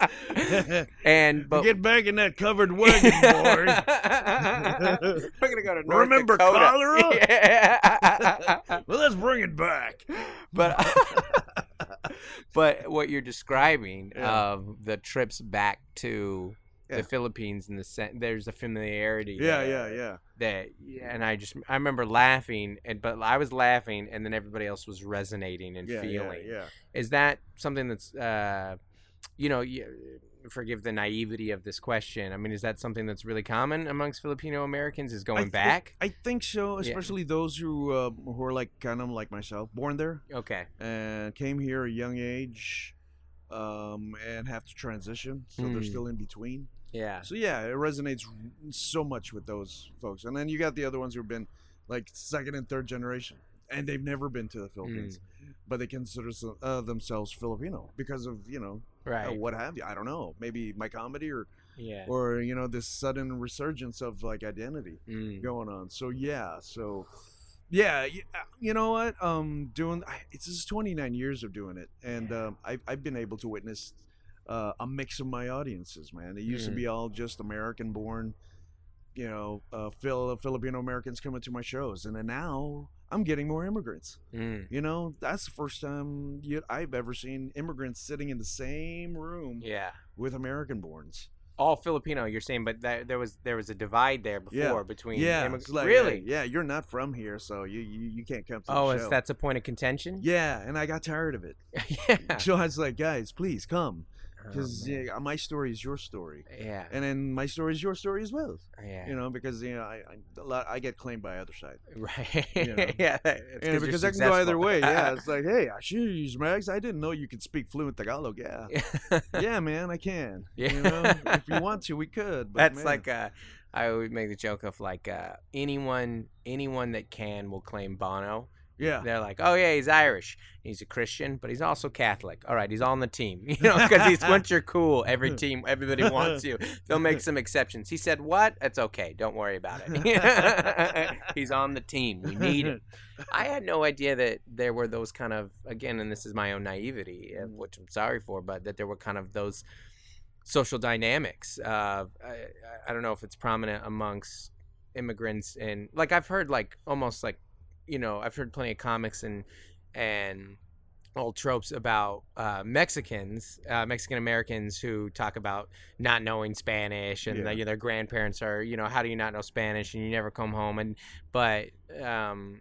Speaker 3: know.
Speaker 1: and but
Speaker 3: Get back in that covered wagon, boy.
Speaker 1: We're gonna go to North
Speaker 3: Remember
Speaker 1: Dakota.
Speaker 3: cholera?
Speaker 1: Yeah.
Speaker 3: well, let's bring it back.
Speaker 1: but but what you're describing
Speaker 3: Yeah.
Speaker 1: of the trips back to
Speaker 3: Yeah.
Speaker 1: the Philippines and the sen- there's a familiarity.
Speaker 3: Yeah,
Speaker 1: there
Speaker 3: yeah, yeah.
Speaker 1: That and I just I remember laughing, and but I was laughing, and then everybody else was resonating and
Speaker 3: Yeah,
Speaker 1: feeling.
Speaker 3: yeah,
Speaker 1: Is that something that's uh, you know, you, forgive the naivety of this question. I mean, is that something that's really common amongst Filipino Americans? Is going
Speaker 3: thi-
Speaker 1: back?
Speaker 3: I think so,
Speaker 1: Yeah.
Speaker 3: especially those who uh, who are like kind of like myself, born there
Speaker 1: Okay.
Speaker 3: and came here at a young age, um, and have to transition, so they're
Speaker 1: Hmm.
Speaker 3: still in between.
Speaker 1: Yeah.
Speaker 3: So yeah, it resonates so much with those folks. And then you got the other ones who've been like second and third generation, and they've never been to the Philippines,
Speaker 1: Hmm.
Speaker 3: but they consider so- uh, themselves Filipino because of you know uh,
Speaker 1: Right.
Speaker 3: what have you. I don't know, maybe my comedy or
Speaker 1: Yeah.
Speaker 3: or you know this sudden resurgence of like identity
Speaker 1: Mm.
Speaker 3: going on. So yeah, so yeah, y- uh, you know what? Um, doing I- it's just 29 years of doing it, and
Speaker 1: Yeah.
Speaker 3: um, I've I've been able to witness uh, a mix of my audiences, man. It used
Speaker 1: Mhm.
Speaker 3: to be all just American-born, you know, uh, Phil Filipino Americans coming to my shows, and then now I'm getting more immigrants.
Speaker 1: Mm.
Speaker 3: You know, that's the first time you, I've ever seen immigrants sitting in the same room
Speaker 1: Yeah.
Speaker 3: with American-borns.
Speaker 1: all Filipino. You're saying, but that, there was there was a divide there before
Speaker 3: Yeah.
Speaker 1: between
Speaker 3: yeah,
Speaker 1: immig-
Speaker 3: it's like,
Speaker 1: really.
Speaker 3: hey, yeah, you're not from here, so you you, you can't come to
Speaker 1: Oh,
Speaker 3: the
Speaker 1: it's
Speaker 3: show.
Speaker 1: that's a point of contention.
Speaker 3: Yeah, and I got tired of it.
Speaker 1: yeah.
Speaker 3: So I was like, guys, please come,
Speaker 1: Oh,
Speaker 3: because
Speaker 1: man.
Speaker 3: yeah, my story is your story,
Speaker 1: Oh, yeah,
Speaker 3: and then my story is your story as well.
Speaker 1: yeah,
Speaker 3: You know, because you know, I, I a lot I get claimed by other side.
Speaker 1: right.
Speaker 3: you know.
Speaker 1: yeah, it's
Speaker 3: Yeah,
Speaker 1: 'cause you're
Speaker 3: because I can go either
Speaker 1: successful.
Speaker 3: way. Yeah, it's like, hey, jeez, Max, I didn't know you could speak fluent Tagalog. Yeah, yeah, man, I can.
Speaker 1: Yeah.
Speaker 3: You know, if you want to, we could. But
Speaker 1: that's
Speaker 3: man,
Speaker 1: like uh, I always make the joke of like uh, anyone anyone that can will claim Bono.
Speaker 3: yeah,
Speaker 1: They're like, oh yeah, he's Irish, he's a Christian, but he's also Catholic. All right, he's on the team, you know, because he's once you're cool, every team, everybody wants you. They'll make some exceptions. He said, what? That's okay. Don't worry about it. he's on the team. We need him. I had no idea that there were those kind of again, and this is my own naivety, uh, which I'm sorry for, but that there were kind of those social dynamics. Uh, I, I don't know if it's prominent amongst immigrants and like I've heard like almost like you know I've heard plenty of comics and and old tropes about uh, Mexicans, uh, Mexican Americans who talk about not knowing Spanish and
Speaker 3: Yeah.
Speaker 1: like, their grandparents are you know how do you not know Spanish and you never come home and but um,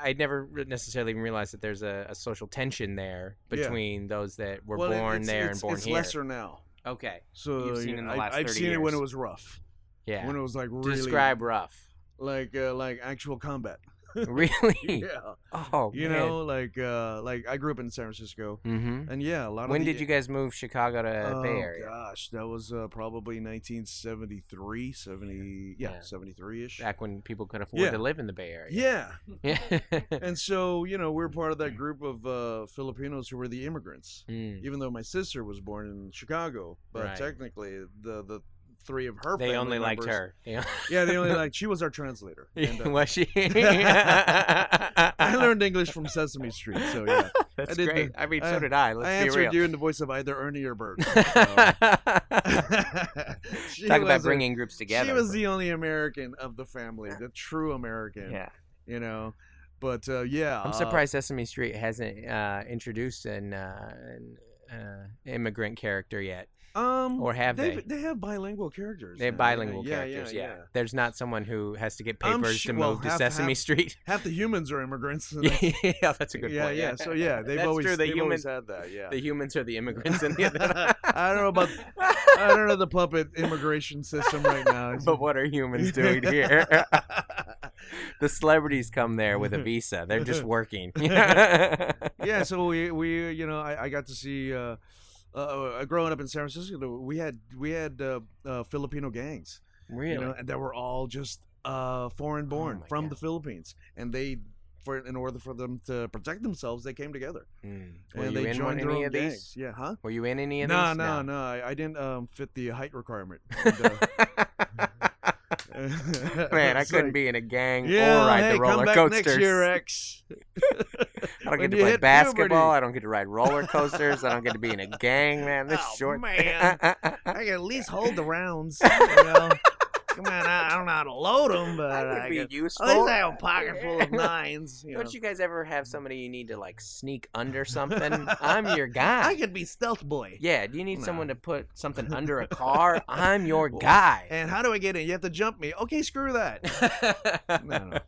Speaker 1: I I'd never re- necessarily even realized that there's a, a social tension there
Speaker 3: Yeah.
Speaker 1: between those that were
Speaker 3: Well, it-
Speaker 1: born
Speaker 3: it's-
Speaker 1: there
Speaker 3: it's,
Speaker 1: and born
Speaker 3: it's
Speaker 1: here.
Speaker 3: lesser now.
Speaker 1: Okay,
Speaker 3: So
Speaker 1: You've seen in the
Speaker 3: I,
Speaker 1: last
Speaker 3: I've
Speaker 1: 30
Speaker 3: seen it when it
Speaker 1: years.
Speaker 3: was rough,
Speaker 1: yeah.
Speaker 3: when it was like really
Speaker 1: Describe rough.
Speaker 3: like uh, like actual combat.
Speaker 1: Really?
Speaker 3: yeah.
Speaker 1: Oh,
Speaker 3: You know, like uh like I grew up in San Francisco.
Speaker 1: Mm-hmm.
Speaker 3: And yeah, a lot of
Speaker 1: When
Speaker 3: the-
Speaker 1: did you guys move Chicago to
Speaker 3: oh,
Speaker 1: Bay Area?
Speaker 3: gosh, that was uh, probably 1973, 70, yeah,
Speaker 1: Yeah.
Speaker 3: 73-ish.
Speaker 1: Back when people could afford
Speaker 3: Yeah.
Speaker 1: to live in the Bay Area. Hmm.
Speaker 3: Yeah.
Speaker 1: Yeah.
Speaker 3: And so, you know, we are part of that group of uh Filipinos who were the immigrants.
Speaker 1: Mm.
Speaker 3: Even though my sister was born in Chicago, but
Speaker 1: Right.
Speaker 3: technically the the three of her
Speaker 1: They
Speaker 3: family
Speaker 1: only liked
Speaker 3: members-
Speaker 1: her. Yeah.
Speaker 3: Yeah, they only liked she was our translator. And, uh,
Speaker 1: Was she?
Speaker 3: I learned English from Sesame Street, so yeah.
Speaker 1: That's
Speaker 3: I did
Speaker 1: great. I mean, so
Speaker 3: I-
Speaker 1: did I. Let's
Speaker 3: I
Speaker 1: be
Speaker 3: answered
Speaker 1: real.
Speaker 3: you in the voice of either Ernie or Bert. so. She
Speaker 1: Talk about
Speaker 3: was a-
Speaker 1: bringing groups together.
Speaker 3: She was the only American of the family, the true American.
Speaker 1: Yeah.
Speaker 3: You know, but uh, yeah,
Speaker 1: I'm
Speaker 3: uh,
Speaker 1: surprised Sesame Street hasn't uh, introduced an, uh, an uh, immigrant character yet,
Speaker 3: um,
Speaker 1: or have
Speaker 3: they
Speaker 1: they?
Speaker 3: they have bilingual characters.
Speaker 1: They have
Speaker 3: now,
Speaker 1: bilingual
Speaker 3: yeah,
Speaker 1: characters.
Speaker 3: Yeah,
Speaker 1: Yeah, There's not someone who has to get
Speaker 3: I'm
Speaker 1: papers
Speaker 3: su-
Speaker 1: to move
Speaker 3: well,
Speaker 1: to
Speaker 3: half-
Speaker 1: Sesame
Speaker 3: half-
Speaker 1: Street.
Speaker 3: Half the humans are immigrants. and that's-
Speaker 1: yeah, that's a good
Speaker 3: yeah,
Speaker 1: point.
Speaker 3: yeah. So yeah, they've
Speaker 1: That's
Speaker 3: always
Speaker 1: true, the
Speaker 3: they've
Speaker 1: human-
Speaker 3: always had that. Yeah.
Speaker 1: the humans are the immigrants in the other.
Speaker 3: I don't know about I don't know the puppet immigration system right now. It's-
Speaker 1: but what are humans doing here? the celebrities come there with a visa. They're just working.
Speaker 3: yeah, so we we you know I, I got to see uh, uh, uh, growing up in San Francisco we had we had uh, uh, Filipino gangs
Speaker 1: Really? Oh
Speaker 3: you know and they were all just uh, foreign born
Speaker 1: my
Speaker 3: from
Speaker 1: God.
Speaker 3: the Philippines and they for in order for them to protect themselves they came together
Speaker 1: Mm. Were
Speaker 3: hmm. and
Speaker 1: you in
Speaker 3: they
Speaker 1: one,
Speaker 3: joined their
Speaker 1: any
Speaker 3: own
Speaker 1: of these?
Speaker 3: gangs yeah huh
Speaker 1: Were you in any of
Speaker 3: no,
Speaker 1: these?
Speaker 3: no no I, I didn't um, fit the height requirement and, uh,
Speaker 1: Man, I
Speaker 3: it's
Speaker 1: couldn't
Speaker 3: like,
Speaker 1: be in a gang
Speaker 3: yeah,
Speaker 1: or ride
Speaker 3: hey,
Speaker 1: the roller
Speaker 3: come back
Speaker 1: coasters.
Speaker 3: next year, X.
Speaker 1: I don't
Speaker 3: when
Speaker 1: get to
Speaker 3: you
Speaker 1: play
Speaker 3: hit
Speaker 1: basketball.
Speaker 3: puberty.
Speaker 1: I don't get to ride roller coasters. I don't get to be in a gang, man. This
Speaker 3: Oh,
Speaker 1: short.
Speaker 3: man. I can at least hold the rounds. You know? Come on, I, I don't know how to load them, but
Speaker 1: I would
Speaker 3: I
Speaker 1: be
Speaker 3: can,
Speaker 1: useful.
Speaker 3: at least I have a pocket full of nines. You know. Mm.
Speaker 1: Don't you guys ever have somebody you need to like sneak under something? I'm your guy.
Speaker 3: I could be stealth boy.
Speaker 1: yeah, do you need
Speaker 3: No.
Speaker 1: someone to put something under a car? I'm your
Speaker 3: Well,
Speaker 1: guy.
Speaker 3: And how do I get in? You have to jump me. Okay, screw that. no.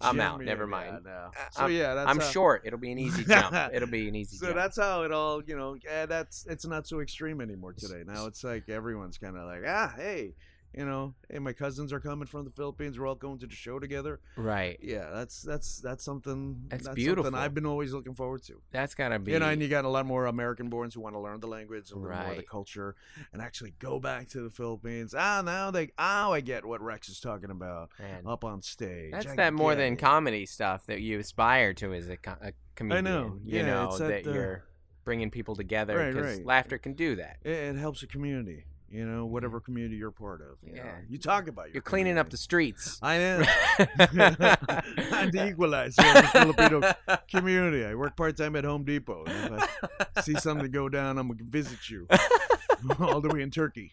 Speaker 1: I'm
Speaker 3: Jump
Speaker 1: out.
Speaker 3: me
Speaker 1: Never
Speaker 3: in.
Speaker 1: mind.
Speaker 3: Yeah, no.
Speaker 1: I-
Speaker 3: Uh, So yeah, that's
Speaker 1: I'm
Speaker 3: how,
Speaker 1: short. It'll be an easy jump. It'll be an easy
Speaker 3: So
Speaker 1: jump.
Speaker 3: that's how it all, you know. eh, that's it's not so extreme anymore today. Now it's like everyone's kind of like, ah, hey, you know, hey, my cousins are coming from the Philippines. We're all going to the show together.
Speaker 1: right.
Speaker 3: Yeah, that's that's that's something.
Speaker 1: That's
Speaker 3: something
Speaker 1: beautiful.
Speaker 3: I've been always looking forward to.
Speaker 1: That's gotta be.
Speaker 3: You know, and you got a lot more American-borns who want to learn the language and learn more of the
Speaker 1: Right.
Speaker 3: culture, and actually go back to the Philippines. Ah, now they, ah, I get what Rex is talking about
Speaker 1: man.
Speaker 3: up on stage.
Speaker 1: That's
Speaker 3: I
Speaker 1: that more
Speaker 3: get
Speaker 1: than
Speaker 3: it.
Speaker 1: comedy stuff that you aspire to as a, co- a comedian. You
Speaker 3: yeah,
Speaker 1: know
Speaker 3: it's
Speaker 1: that,
Speaker 3: that, uh,
Speaker 1: you're bringing people together
Speaker 3: Right,
Speaker 1: because
Speaker 3: right.
Speaker 1: laughter can do that.
Speaker 3: It, it helps a community, you know, whatever community you're part of. You
Speaker 1: Mm-hmm. Yeah.
Speaker 3: know. you talk about your.
Speaker 1: You're cleaning up the
Speaker 3: community.
Speaker 1: streets.
Speaker 3: I am. I'm the equalizer of the Filipino
Speaker 1: Filipino.
Speaker 3: community. I work part time at Home Depot. And if I see something go down, I'm gonna visit you all the way in Turkey.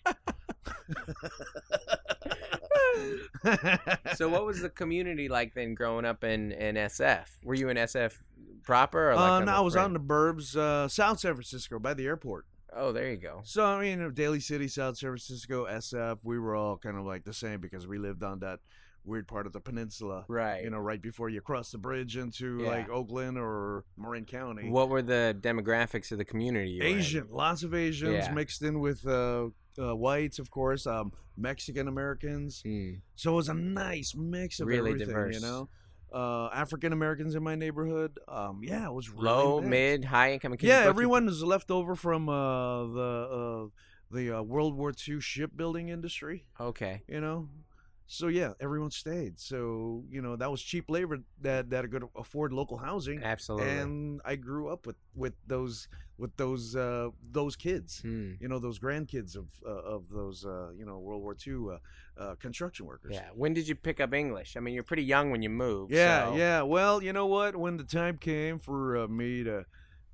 Speaker 1: so, what was the community like then growing up in, in SF? Were you in SF proper? Or like
Speaker 3: Uh,
Speaker 1: on
Speaker 3: no, I was on
Speaker 1: fringe?
Speaker 3: the burbs, uh, South San Francisco, by the airport.
Speaker 1: Oh, there you go.
Speaker 3: So I mean, Daly City, South San Francisco, SF. We were all kind of like the same because we lived on that weird part of the peninsula.
Speaker 1: Right.
Speaker 3: You know, right before you cross the bridge into
Speaker 1: Yeah.
Speaker 3: like Oakland or Marin County.
Speaker 1: what were the demographics of the community? You were in?
Speaker 3: Asian, lots of Asians
Speaker 1: Yeah.
Speaker 3: mixed in with uh, uh, whites, of course, um, Mexican Americans.
Speaker 1: Mm,
Speaker 3: So it was a nice mix of
Speaker 1: Really
Speaker 3: everything,
Speaker 1: diverse.
Speaker 3: you know. Uh, African Americans in my neighborhood. Um, yeah, it was really
Speaker 1: low,
Speaker 3: mixed.
Speaker 1: mid, high income. Can you
Speaker 3: yeah,
Speaker 1: both-
Speaker 3: everyone is left over from uh, the uh, the uh, World War II shipbuilding industry,
Speaker 1: Okay.
Speaker 3: you know. So yeah, everyone stayed. So you know that was cheap labor that that could afford local housing,
Speaker 1: Absolutely.
Speaker 3: and I grew up with with those with those uh, those kids,
Speaker 1: Hmm.
Speaker 3: you know, those grandkids of uh, of those uh, you know World War II uh, uh, construction workers.
Speaker 1: Yeah. When did you pick up English? I mean, you're pretty young when you moved.
Speaker 3: Yeah,
Speaker 1: so-
Speaker 3: yeah. Well, you know what? When the time came for uh, me to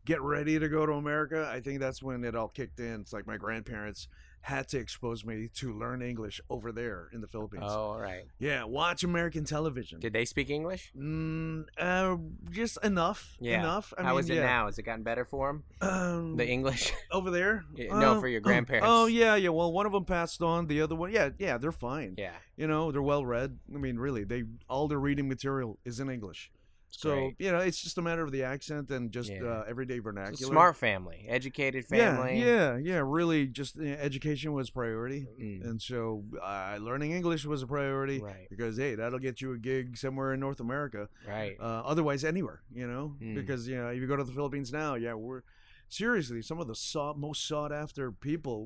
Speaker 3: get ready to go to America, I think that's when it all kicked in. It's like my grandparents had to expose me to learn English over there in the Philippines.
Speaker 1: Oh, all right.
Speaker 3: Yeah, watch American television.
Speaker 1: Did they speak English?
Speaker 3: Mm, uh, just enough.
Speaker 1: Yeah.
Speaker 3: Enough. I
Speaker 1: How
Speaker 3: mean,
Speaker 1: is it
Speaker 3: yeah.
Speaker 1: now? Has it gotten better for them?
Speaker 3: Um,
Speaker 1: The English?
Speaker 3: over there?
Speaker 1: Yeah, no,
Speaker 3: Uh,
Speaker 1: for your grandparents.
Speaker 3: Oh yeah, yeah. Well, one of them passed on. The other one, yeah, yeah, they're fine.
Speaker 1: yeah.
Speaker 3: You know, they're well read. I mean, really, they all their reading material is in English. so
Speaker 1: great.
Speaker 3: you know, it's just a matter of the accent and just
Speaker 1: Yeah.
Speaker 3: uh, everyday vernacular.
Speaker 1: It's a smart family, educated family.
Speaker 3: Yeah, yeah, yeah. Really, just uh, education was priority,
Speaker 1: Mm,
Speaker 3: and so uh, learning English was a priority
Speaker 1: Right,
Speaker 3: because hey, that'll get you a gig somewhere in North America.
Speaker 1: right.
Speaker 3: Uh, otherwise, anywhere, you know,
Speaker 1: Mm.
Speaker 3: because you know, if you go to the Philippines now, yeah, we're seriously some of the sought, most sought after people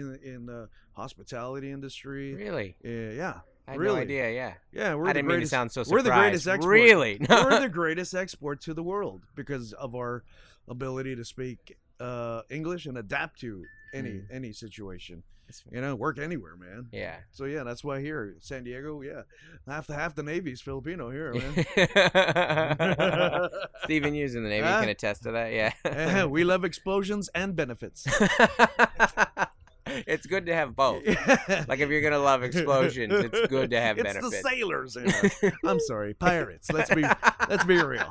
Speaker 3: in in the hospitality industry.
Speaker 1: Really?
Speaker 3: Yeah, yeah,
Speaker 1: I had
Speaker 3: really.
Speaker 1: no idea. Yeah.
Speaker 3: yeah. We're
Speaker 1: I
Speaker 3: the
Speaker 1: didn't mean to
Speaker 3: greatest-
Speaker 1: sound so surprised.
Speaker 3: we're the greatest export.
Speaker 1: Really?
Speaker 3: we're the greatest export to the world because of our ability to speak uh, English and adapt to any
Speaker 1: Mm.
Speaker 3: any situation.
Speaker 1: That's-
Speaker 3: You know, work anywhere, man.
Speaker 1: yeah.
Speaker 3: So yeah, that's why here, San Diego, yeah, half the half the Navy's Filipino here, man.
Speaker 1: Stephen Hughes in the Navy
Speaker 3: Huh?
Speaker 1: can attest to that. Yeah.
Speaker 3: Eh, we love explosions and benefits.
Speaker 1: it's good to have both. Oh, Like if you're gonna love explosions, it's good to have
Speaker 3: it's
Speaker 1: benefits.
Speaker 3: the sailors in us. I'm sorry, pirates. Let's be let's be real.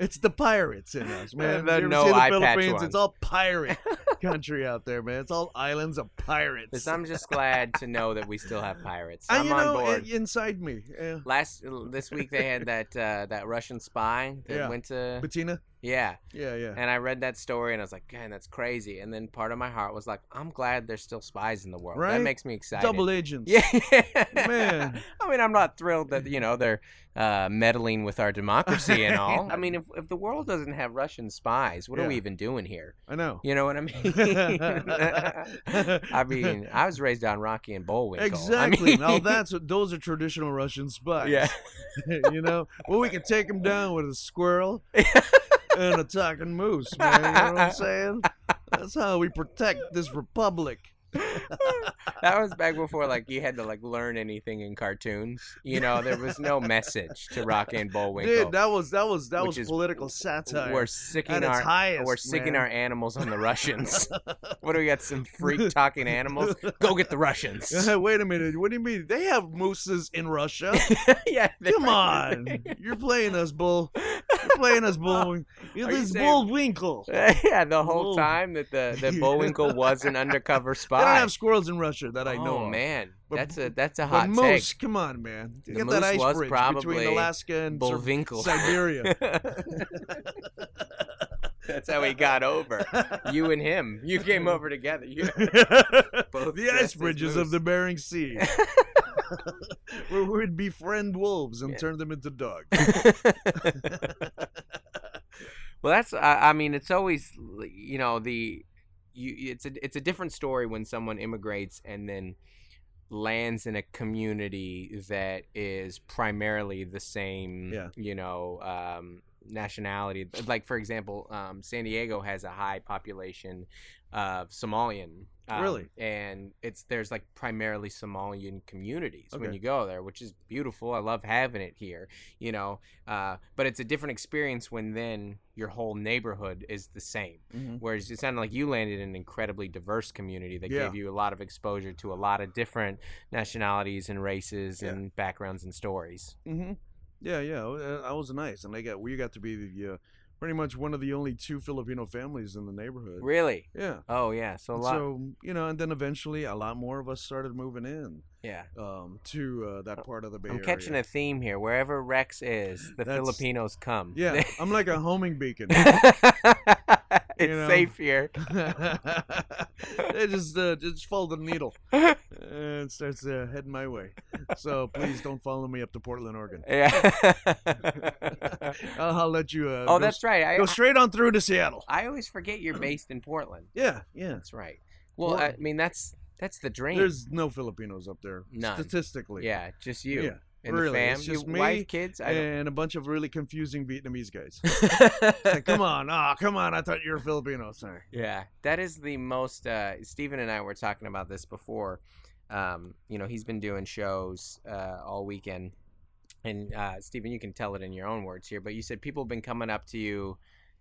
Speaker 3: It's the pirates in us, man.
Speaker 1: The
Speaker 3: You ever
Speaker 1: no
Speaker 3: see the
Speaker 1: eye patch
Speaker 3: Philippines?
Speaker 1: ones.
Speaker 3: It's all pirate country out there, man. It's all islands of pirates.
Speaker 1: I'm just glad to know that we still have pirates.
Speaker 3: And
Speaker 1: I'm
Speaker 3: you
Speaker 1: on
Speaker 3: know,
Speaker 1: board.
Speaker 3: i- inside me, yeah.
Speaker 1: Last this week they had that uh, that Russian spy that
Speaker 3: Yeah.
Speaker 1: went to
Speaker 3: Bettina.
Speaker 1: yeah,
Speaker 3: Yeah, yeah.
Speaker 1: and I read that story and I was like, man, that's crazy. And then part of my heart was like, I'm glad there's still spies in the world. That
Speaker 3: Right?
Speaker 1: makes me excited.
Speaker 3: Double agents.
Speaker 1: Yeah,
Speaker 3: Man.
Speaker 1: I mean, I'm not thrilled that you know they're uh, meddling with our democracy and all. I mean, if, if the world doesn't have Russian spies, what are we
Speaker 3: Yeah.
Speaker 1: even doing here?
Speaker 3: I know.
Speaker 1: You know what I mean? I mean, I was raised on Rocky and Bullwinkle. I mean,
Speaker 3: Exactly. now that's what, those are traditional Russian spies.
Speaker 1: yeah.
Speaker 3: you know, well, we can take them down with a squirrel and a talking moose, man. You know what I'm saying? That's how we protect this republic.
Speaker 1: that was back before like you had to like learn anything in cartoons. You know, there was no message to Rocky and Bullwinkle.
Speaker 3: Dude, that was that was that
Speaker 1: Which is-
Speaker 3: was political satire.
Speaker 1: we're sicking
Speaker 3: at its
Speaker 1: our
Speaker 3: highest,
Speaker 1: we're sicking
Speaker 3: man.
Speaker 1: our animals on the Russians. what do we got? Some freak talking animals? Go get the Russians.
Speaker 3: Wait a minute. What do you mean? They have mooses in Russia.
Speaker 1: yeah. they-
Speaker 3: Come on. You're playing us, Bull. You're playing us, Bull. You're
Speaker 1: Are you
Speaker 3: this
Speaker 1: saying-
Speaker 3: Bullwinkle. They
Speaker 1: yeah, the whole
Speaker 3: Whoa.
Speaker 1: time that the that Bullwinkle was an undercover spy.
Speaker 3: don't have squirrels in Russia that I know.
Speaker 1: oh
Speaker 3: of.
Speaker 1: man,
Speaker 3: But-
Speaker 1: that's a that's a
Speaker 3: But
Speaker 1: hot take.
Speaker 3: moose, come on, man.
Speaker 1: The
Speaker 3: Get that
Speaker 1: moose
Speaker 3: ice
Speaker 1: was
Speaker 3: bridge
Speaker 1: probably
Speaker 3: between Alaska and Sir-
Speaker 1: Bullwinkle.
Speaker 3: Siberia.
Speaker 1: that's how he got over. You and him, you came over together. You both
Speaker 3: the
Speaker 1: dressed
Speaker 3: ice
Speaker 1: as
Speaker 3: bridges of
Speaker 1: moose.
Speaker 3: the Bering Sea. Where we'd befriend wolves and
Speaker 1: Yeah.
Speaker 3: turn them into dogs.
Speaker 1: well, that's. I, I mean, it's always you know the you. It's a it's a different story when someone immigrates and then lands in a community that is primarily the same.
Speaker 3: Yeah.
Speaker 1: You know. Um, nationality like for example um, san diego has a high population of somalian um,
Speaker 3: Really?
Speaker 1: and it's there's like primarily somalian communities when
Speaker 3: Okay.
Speaker 1: you go there which is beautiful i love having it here you know uh, but it's a different experience when then your whole neighborhood is the same.
Speaker 3: Mm-hmm.
Speaker 1: Whereas it sounded like you landed in an incredibly diverse community that
Speaker 3: Yeah.
Speaker 1: gave you a lot of exposure to a lot of different nationalities and races
Speaker 3: Yeah.
Speaker 1: and backgrounds and stories.
Speaker 3: Mm-hmm. Yeah, yeah. uh, I was nice, and I got we got to be the uh, pretty much one of the only two Filipino families in the neighborhood.
Speaker 1: Really?
Speaker 3: Yeah.
Speaker 1: Oh yeah. So a
Speaker 3: And
Speaker 1: lot.
Speaker 3: So you know, and then eventually a lot more of us started moving in
Speaker 1: yeah.
Speaker 3: um, to uh, that part of the Bay
Speaker 1: I'm
Speaker 3: Area.
Speaker 1: catching a theme here. Wherever Rex is, the
Speaker 3: That's-
Speaker 1: Filipinos come.
Speaker 3: Yeah, I'm like a homing beacon.
Speaker 1: it's
Speaker 3: You know.
Speaker 1: safe here.
Speaker 3: they just uh, just follow the needle and it starts uh, heading my way. So please don't follow me up to Portland, Oregon.
Speaker 1: Yeah.
Speaker 3: I'll, I'll let you. Uh,
Speaker 1: oh,
Speaker 3: go,
Speaker 1: that's right. I,
Speaker 3: go straight on through to Seattle.
Speaker 1: I always forget you're based in Portland.
Speaker 3: Yeah, yeah.
Speaker 1: That's right. Well, I
Speaker 3: Portland.
Speaker 1: mean, that's that's the dream.
Speaker 3: There's no Filipinos up there
Speaker 1: None.
Speaker 3: statistically.
Speaker 1: yeah, just you
Speaker 3: Yeah,
Speaker 1: and the
Speaker 3: really,
Speaker 1: fam,
Speaker 3: it's
Speaker 1: your
Speaker 3: just me
Speaker 1: wife, kids. I
Speaker 3: and a bunch of really confusing Vietnamese guys.
Speaker 1: don't.
Speaker 3: Like, come on, ah, come on! I thought you were Filipino. Sorry.
Speaker 1: yeah, that is the most. Uh, Stephen and I were talking about this before. Um, you know, he's been doing shows uh, all weekend, and uh, Stephen, you can tell it in your own words here. But you said people have been coming up to you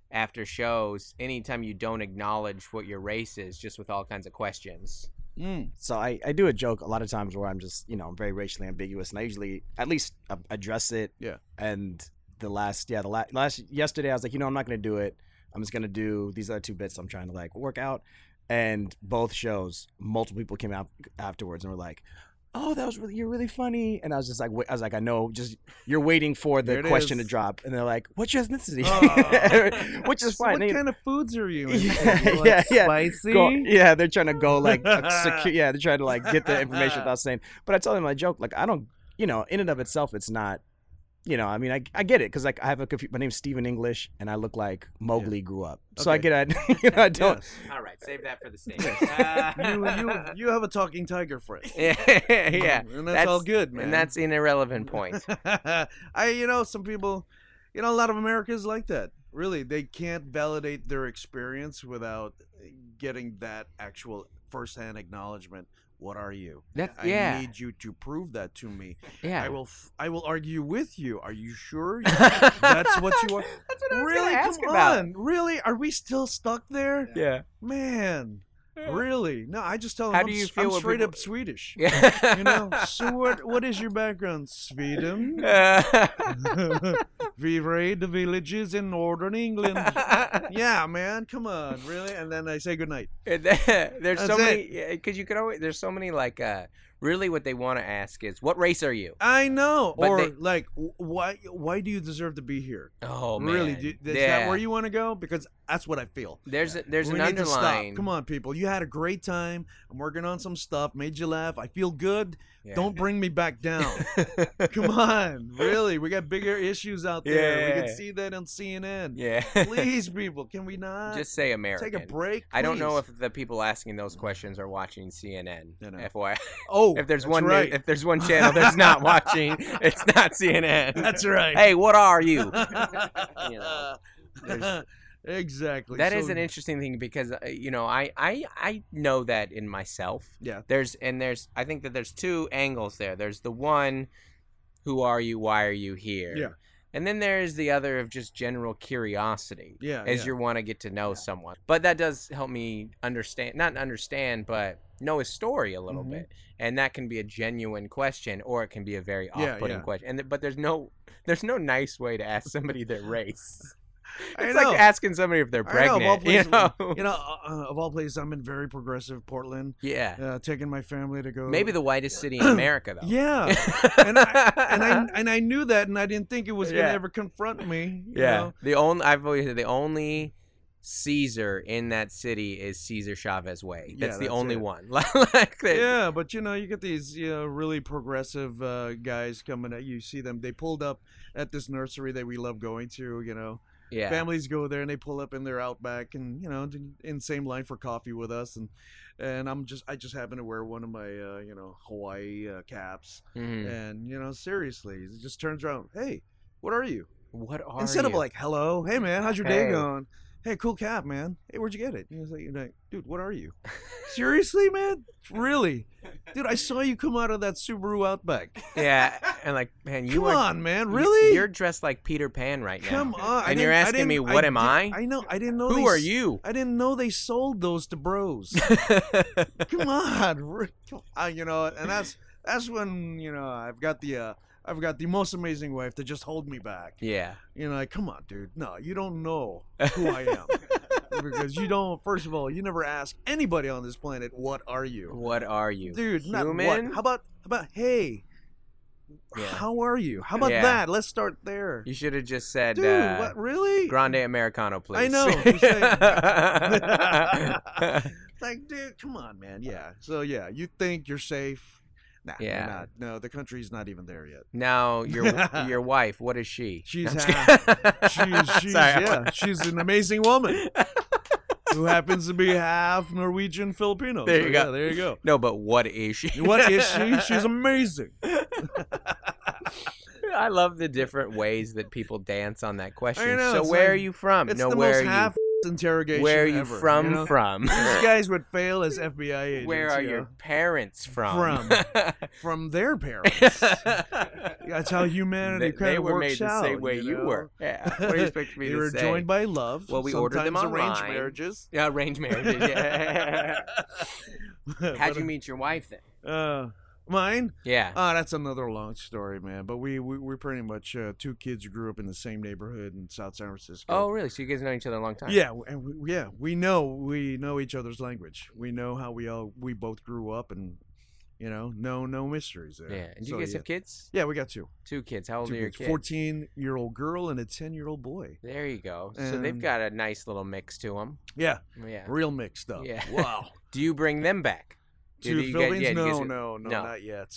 Speaker 1: after shows anytime you don't acknowledge what your race is, just with all kinds of questions.
Speaker 3: Mm.
Speaker 2: So I, I do a joke a lot of times where I'm just, you know, I'm very racially ambiguous and I usually at least uh, address it.
Speaker 3: Yeah.
Speaker 2: And the last, yeah, the last, last yesterday I was like, you know, I'm not going to do it. I'm just going to do these other two bits I'm trying to like work out. And both shows, multiple people came out afterwards and were like, "Oh, that was really you're really funny," and I was just like, wait, "I was like, I know, just you're waiting for
Speaker 3: Here
Speaker 2: the
Speaker 3: it
Speaker 2: question
Speaker 3: is.
Speaker 2: to drop," and they're like, "What's your ethnicity?"
Speaker 3: Oh.
Speaker 2: Which is
Speaker 3: So
Speaker 2: fine.
Speaker 3: what
Speaker 2: They-
Speaker 3: kind of foods are you?
Speaker 2: Yeah,
Speaker 3: into? You like
Speaker 2: yeah, yeah.
Speaker 3: Spicy.
Speaker 2: go- yeah, they're trying to go like secure. Yeah, they're trying to like get the information without saying. But I told them my joke. Like I don't, you know, in and of itself, it's not. You know, I mean, I, I get it because like I have a confu- my name's Stephen English and I look like Mowgli grew up, so I
Speaker 3: Okay.
Speaker 2: get I, you know, I don't.
Speaker 3: Yes.
Speaker 1: All right, save that for the stage.
Speaker 3: You, you, you have a talking tiger friend.
Speaker 1: yeah, yeah.
Speaker 3: And that's, all good, man.
Speaker 1: And that's an irrelevant point.
Speaker 3: I, you know, some people, you know, a lot of Americans like that. Really, they can't validate their experience without getting that actual firsthand acknowledgement. What are you?
Speaker 1: That's,
Speaker 3: I
Speaker 1: yeah,
Speaker 3: need you to prove that to me.
Speaker 1: yeah.
Speaker 3: I will. F- I will argue with you. Are you sure? That's what you are.
Speaker 1: That's what I was
Speaker 3: really?
Speaker 1: gonna ask
Speaker 3: come
Speaker 1: about.
Speaker 3: on. Really? Are we still stuck there?
Speaker 1: Yeah.
Speaker 3: Man, really? No, I just tell them
Speaker 1: How
Speaker 3: I'm,
Speaker 1: do you
Speaker 3: s-
Speaker 1: feel
Speaker 3: I'm
Speaker 1: when
Speaker 3: straight
Speaker 1: people-
Speaker 3: up Swedish.
Speaker 1: Yeah.
Speaker 3: You know, so what, what is your background? Sweden? we raid the villages in northern England. yeah, man, come on, really? And then I say goodnight.
Speaker 1: And then- there's so
Speaker 3: That's
Speaker 1: many because you could always there's so many like uh really what they want to ask is what race are you?
Speaker 3: I know.
Speaker 1: But
Speaker 3: or
Speaker 1: they-
Speaker 3: like, wh- why why do you deserve to be here?
Speaker 1: Oh man,
Speaker 3: really? Do, is
Speaker 1: yeah.
Speaker 3: that where you want to go? Because that's what I feel.
Speaker 1: There's a, there's
Speaker 3: we
Speaker 1: an
Speaker 3: need to stop.
Speaker 1: underline.
Speaker 3: Come on, people. You had a great time. I'm working on some stuff. Made you laugh. I feel good.
Speaker 1: Yeah.
Speaker 3: Don't bring me back down. Come on, really? We got bigger issues out there. We
Speaker 1: Yeah.
Speaker 3: can see that on CNN.
Speaker 1: yeah.
Speaker 3: Please, people, can we not
Speaker 1: Just say American.
Speaker 3: take a break?
Speaker 1: I don't know
Speaker 3: please?
Speaker 1: if the people asking those questions are watching CNN.
Speaker 3: No, no.
Speaker 1: FYI,
Speaker 3: Oh,
Speaker 1: if there's
Speaker 3: that's
Speaker 1: one new-
Speaker 3: right.
Speaker 1: if there's one channel that's not watching, it's not CNN.
Speaker 3: that's right.
Speaker 1: hey, what are you? You there's-
Speaker 3: exactly.
Speaker 1: That
Speaker 3: so,
Speaker 1: is an interesting thing because uh, you know I, I I know that in myself.
Speaker 3: Yeah.
Speaker 1: There's and there's I think that there's two angles there. There's the one, who are you? Why are you here?
Speaker 3: Yeah.
Speaker 1: And then there is the other of just general curiosity.
Speaker 3: Yeah,
Speaker 1: As
Speaker 3: yeah.
Speaker 1: you want to get to know someone, but that does help me understand not understand but know his story a little
Speaker 3: Mm-hmm.
Speaker 2: Mhm.
Speaker 1: bit, and that can be a genuine question or it can be a very
Speaker 3: Yeah,
Speaker 1: off-putting
Speaker 3: yeah.
Speaker 1: question. And th- but there's no there's no nice way to ask somebody their race.
Speaker 3: I
Speaker 1: It's
Speaker 3: know.
Speaker 1: like asking somebody if they're
Speaker 3: I know,
Speaker 1: pregnant.
Speaker 3: of all
Speaker 1: you know?
Speaker 3: You know, uh, uh, of all places, I'm in very progressive Portland.
Speaker 1: yeah.
Speaker 3: Uh, taking my family to go.
Speaker 1: Maybe the whitest city in America, though.
Speaker 3: Yeah. And I, and I and I knew that, and I didn't think it was
Speaker 1: Yeah.
Speaker 3: gonna ever confront me. you
Speaker 1: yeah.
Speaker 3: know?
Speaker 1: The only I've always said the only Caesar in that city is Caesar Chavez Way.
Speaker 3: Yeah,
Speaker 1: That's the
Speaker 3: that's
Speaker 1: only
Speaker 3: it.
Speaker 1: one. like they-
Speaker 3: Yeah, but you know, you get these you know, really progressive uh, guys coming at you. You See them. They pulled up at this nursery that we love going to. You know,
Speaker 1: yeah.
Speaker 3: families go there and they pull up in their outback and you know d- in same line for coffee with us and and I'm just I just happen to wear one of my uh, you know Hawaii uh, caps
Speaker 1: Mhm.
Speaker 3: and you know seriously it just turns around hey what are you
Speaker 1: What are
Speaker 3: instead of
Speaker 1: you?
Speaker 3: like hello hey man how's your
Speaker 1: Hey.
Speaker 3: day going hey cool cap man hey where'd you get it and he's like, you're like dude what are you seriously man really dude I saw you come out of that Subaru Outback
Speaker 1: yeah, and like man, you
Speaker 3: come
Speaker 1: are
Speaker 3: on man
Speaker 1: you-
Speaker 3: really
Speaker 1: You're dressed like Peter Pan right now.
Speaker 3: come on I
Speaker 1: and you're
Speaker 3: didn't- I
Speaker 1: asking me,
Speaker 3: didn't-
Speaker 1: what am
Speaker 3: did-
Speaker 1: I?
Speaker 3: I know I didn't know
Speaker 1: Who
Speaker 3: they
Speaker 1: are
Speaker 3: s-
Speaker 1: you?
Speaker 3: I didn't know they sold those to bros. Come on, re- come on, you know, and that's that's when you know I've got the uh, I've got the most amazing wife to just hold me back.
Speaker 1: yeah.
Speaker 3: You know, like come on, dude, no, you don't know who I am because you don't. First of all, you never ask anybody on this planet what are you,
Speaker 1: What are you?
Speaker 3: dude? Not
Speaker 1: Human?
Speaker 3: what? How about how about hey?
Speaker 1: Yeah.
Speaker 3: How are you? How about
Speaker 1: Yeah.
Speaker 3: that? Let's start there,
Speaker 1: You should have just said
Speaker 3: dude.
Speaker 1: uh,
Speaker 3: what really?
Speaker 1: Grande Americano, please.
Speaker 3: I know, just saying. like, dude, come on, man. Yeah. So yeah, you think you're safe? Nah, you're
Speaker 1: Uh. Yeah.
Speaker 3: not. No, the country's not even there yet.
Speaker 1: now your your wife, what is she?
Speaker 3: She's
Speaker 1: I'm just
Speaker 3: half-
Speaker 1: kidding.
Speaker 3: She's, she's
Speaker 1: Sorry.
Speaker 3: yeah, she's an amazing woman who happens to be half Norwegian Filipino.
Speaker 1: There
Speaker 3: So,
Speaker 1: you go.
Speaker 3: yeah, there you go.
Speaker 1: No, but what is she?
Speaker 3: What is she? She's amazing.
Speaker 1: I love the different ways that people dance on that question.
Speaker 3: know,
Speaker 1: so
Speaker 3: it's
Speaker 1: where
Speaker 3: like-
Speaker 1: are you from?
Speaker 3: It's
Speaker 1: no,
Speaker 3: the
Speaker 1: where
Speaker 3: most
Speaker 1: are
Speaker 3: half
Speaker 1: you?
Speaker 3: interrogation.
Speaker 1: Where are you
Speaker 3: ever,
Speaker 1: from?
Speaker 3: know?
Speaker 1: From.
Speaker 3: These guys would fail as FBI agents.
Speaker 1: Where are
Speaker 3: you
Speaker 1: your
Speaker 3: know,
Speaker 1: parents from?
Speaker 3: From. from their parents? That's how
Speaker 1: they,
Speaker 3: humanity kind
Speaker 1: they
Speaker 3: of
Speaker 1: were made
Speaker 3: works
Speaker 1: the
Speaker 3: out.
Speaker 1: same way you,
Speaker 3: know?
Speaker 1: were. Yeah. What do you expect me
Speaker 3: They
Speaker 1: to
Speaker 3: were
Speaker 1: say?
Speaker 3: joined by love.
Speaker 1: Well, we ordered them
Speaker 3: sometimes arranged
Speaker 1: online.
Speaker 3: marriages.
Speaker 1: yeah, arranged marriages. Yeah. How'd you meet your wife then?
Speaker 3: Uh, mine?
Speaker 1: Yeah.
Speaker 3: Oh, that's another long story, man. But we we we pretty much uh, two kids who grew up in the same neighborhood in South San Francisco.
Speaker 1: oh, really? So you guys know each other a long time?
Speaker 3: Yeah, w- and we, yeah, we know we know each other's language. We know how we all we both grew up, and You know, no no mysteries there.
Speaker 1: Yeah. And do you
Speaker 3: So,
Speaker 1: guys
Speaker 3: yeah.
Speaker 1: have kids?
Speaker 3: Yeah, we got two.
Speaker 1: Two kids. How old
Speaker 3: two
Speaker 1: are your
Speaker 3: kids,
Speaker 1: kids?
Speaker 3: 14 year old girl and a 10 year old boy.
Speaker 1: There you go. so they've
Speaker 3: And-
Speaker 1: got a nice little mix to them.
Speaker 3: Yeah,
Speaker 1: Yeah.
Speaker 3: real mixed up.
Speaker 1: Uh, Yeah.
Speaker 3: Wow.
Speaker 1: Do you bring them back? Do
Speaker 3: to the
Speaker 1: you guys-
Speaker 3: Philippines?
Speaker 1: yeah, do
Speaker 3: no,
Speaker 1: you guys-
Speaker 3: no, no,
Speaker 1: no.
Speaker 3: not yet.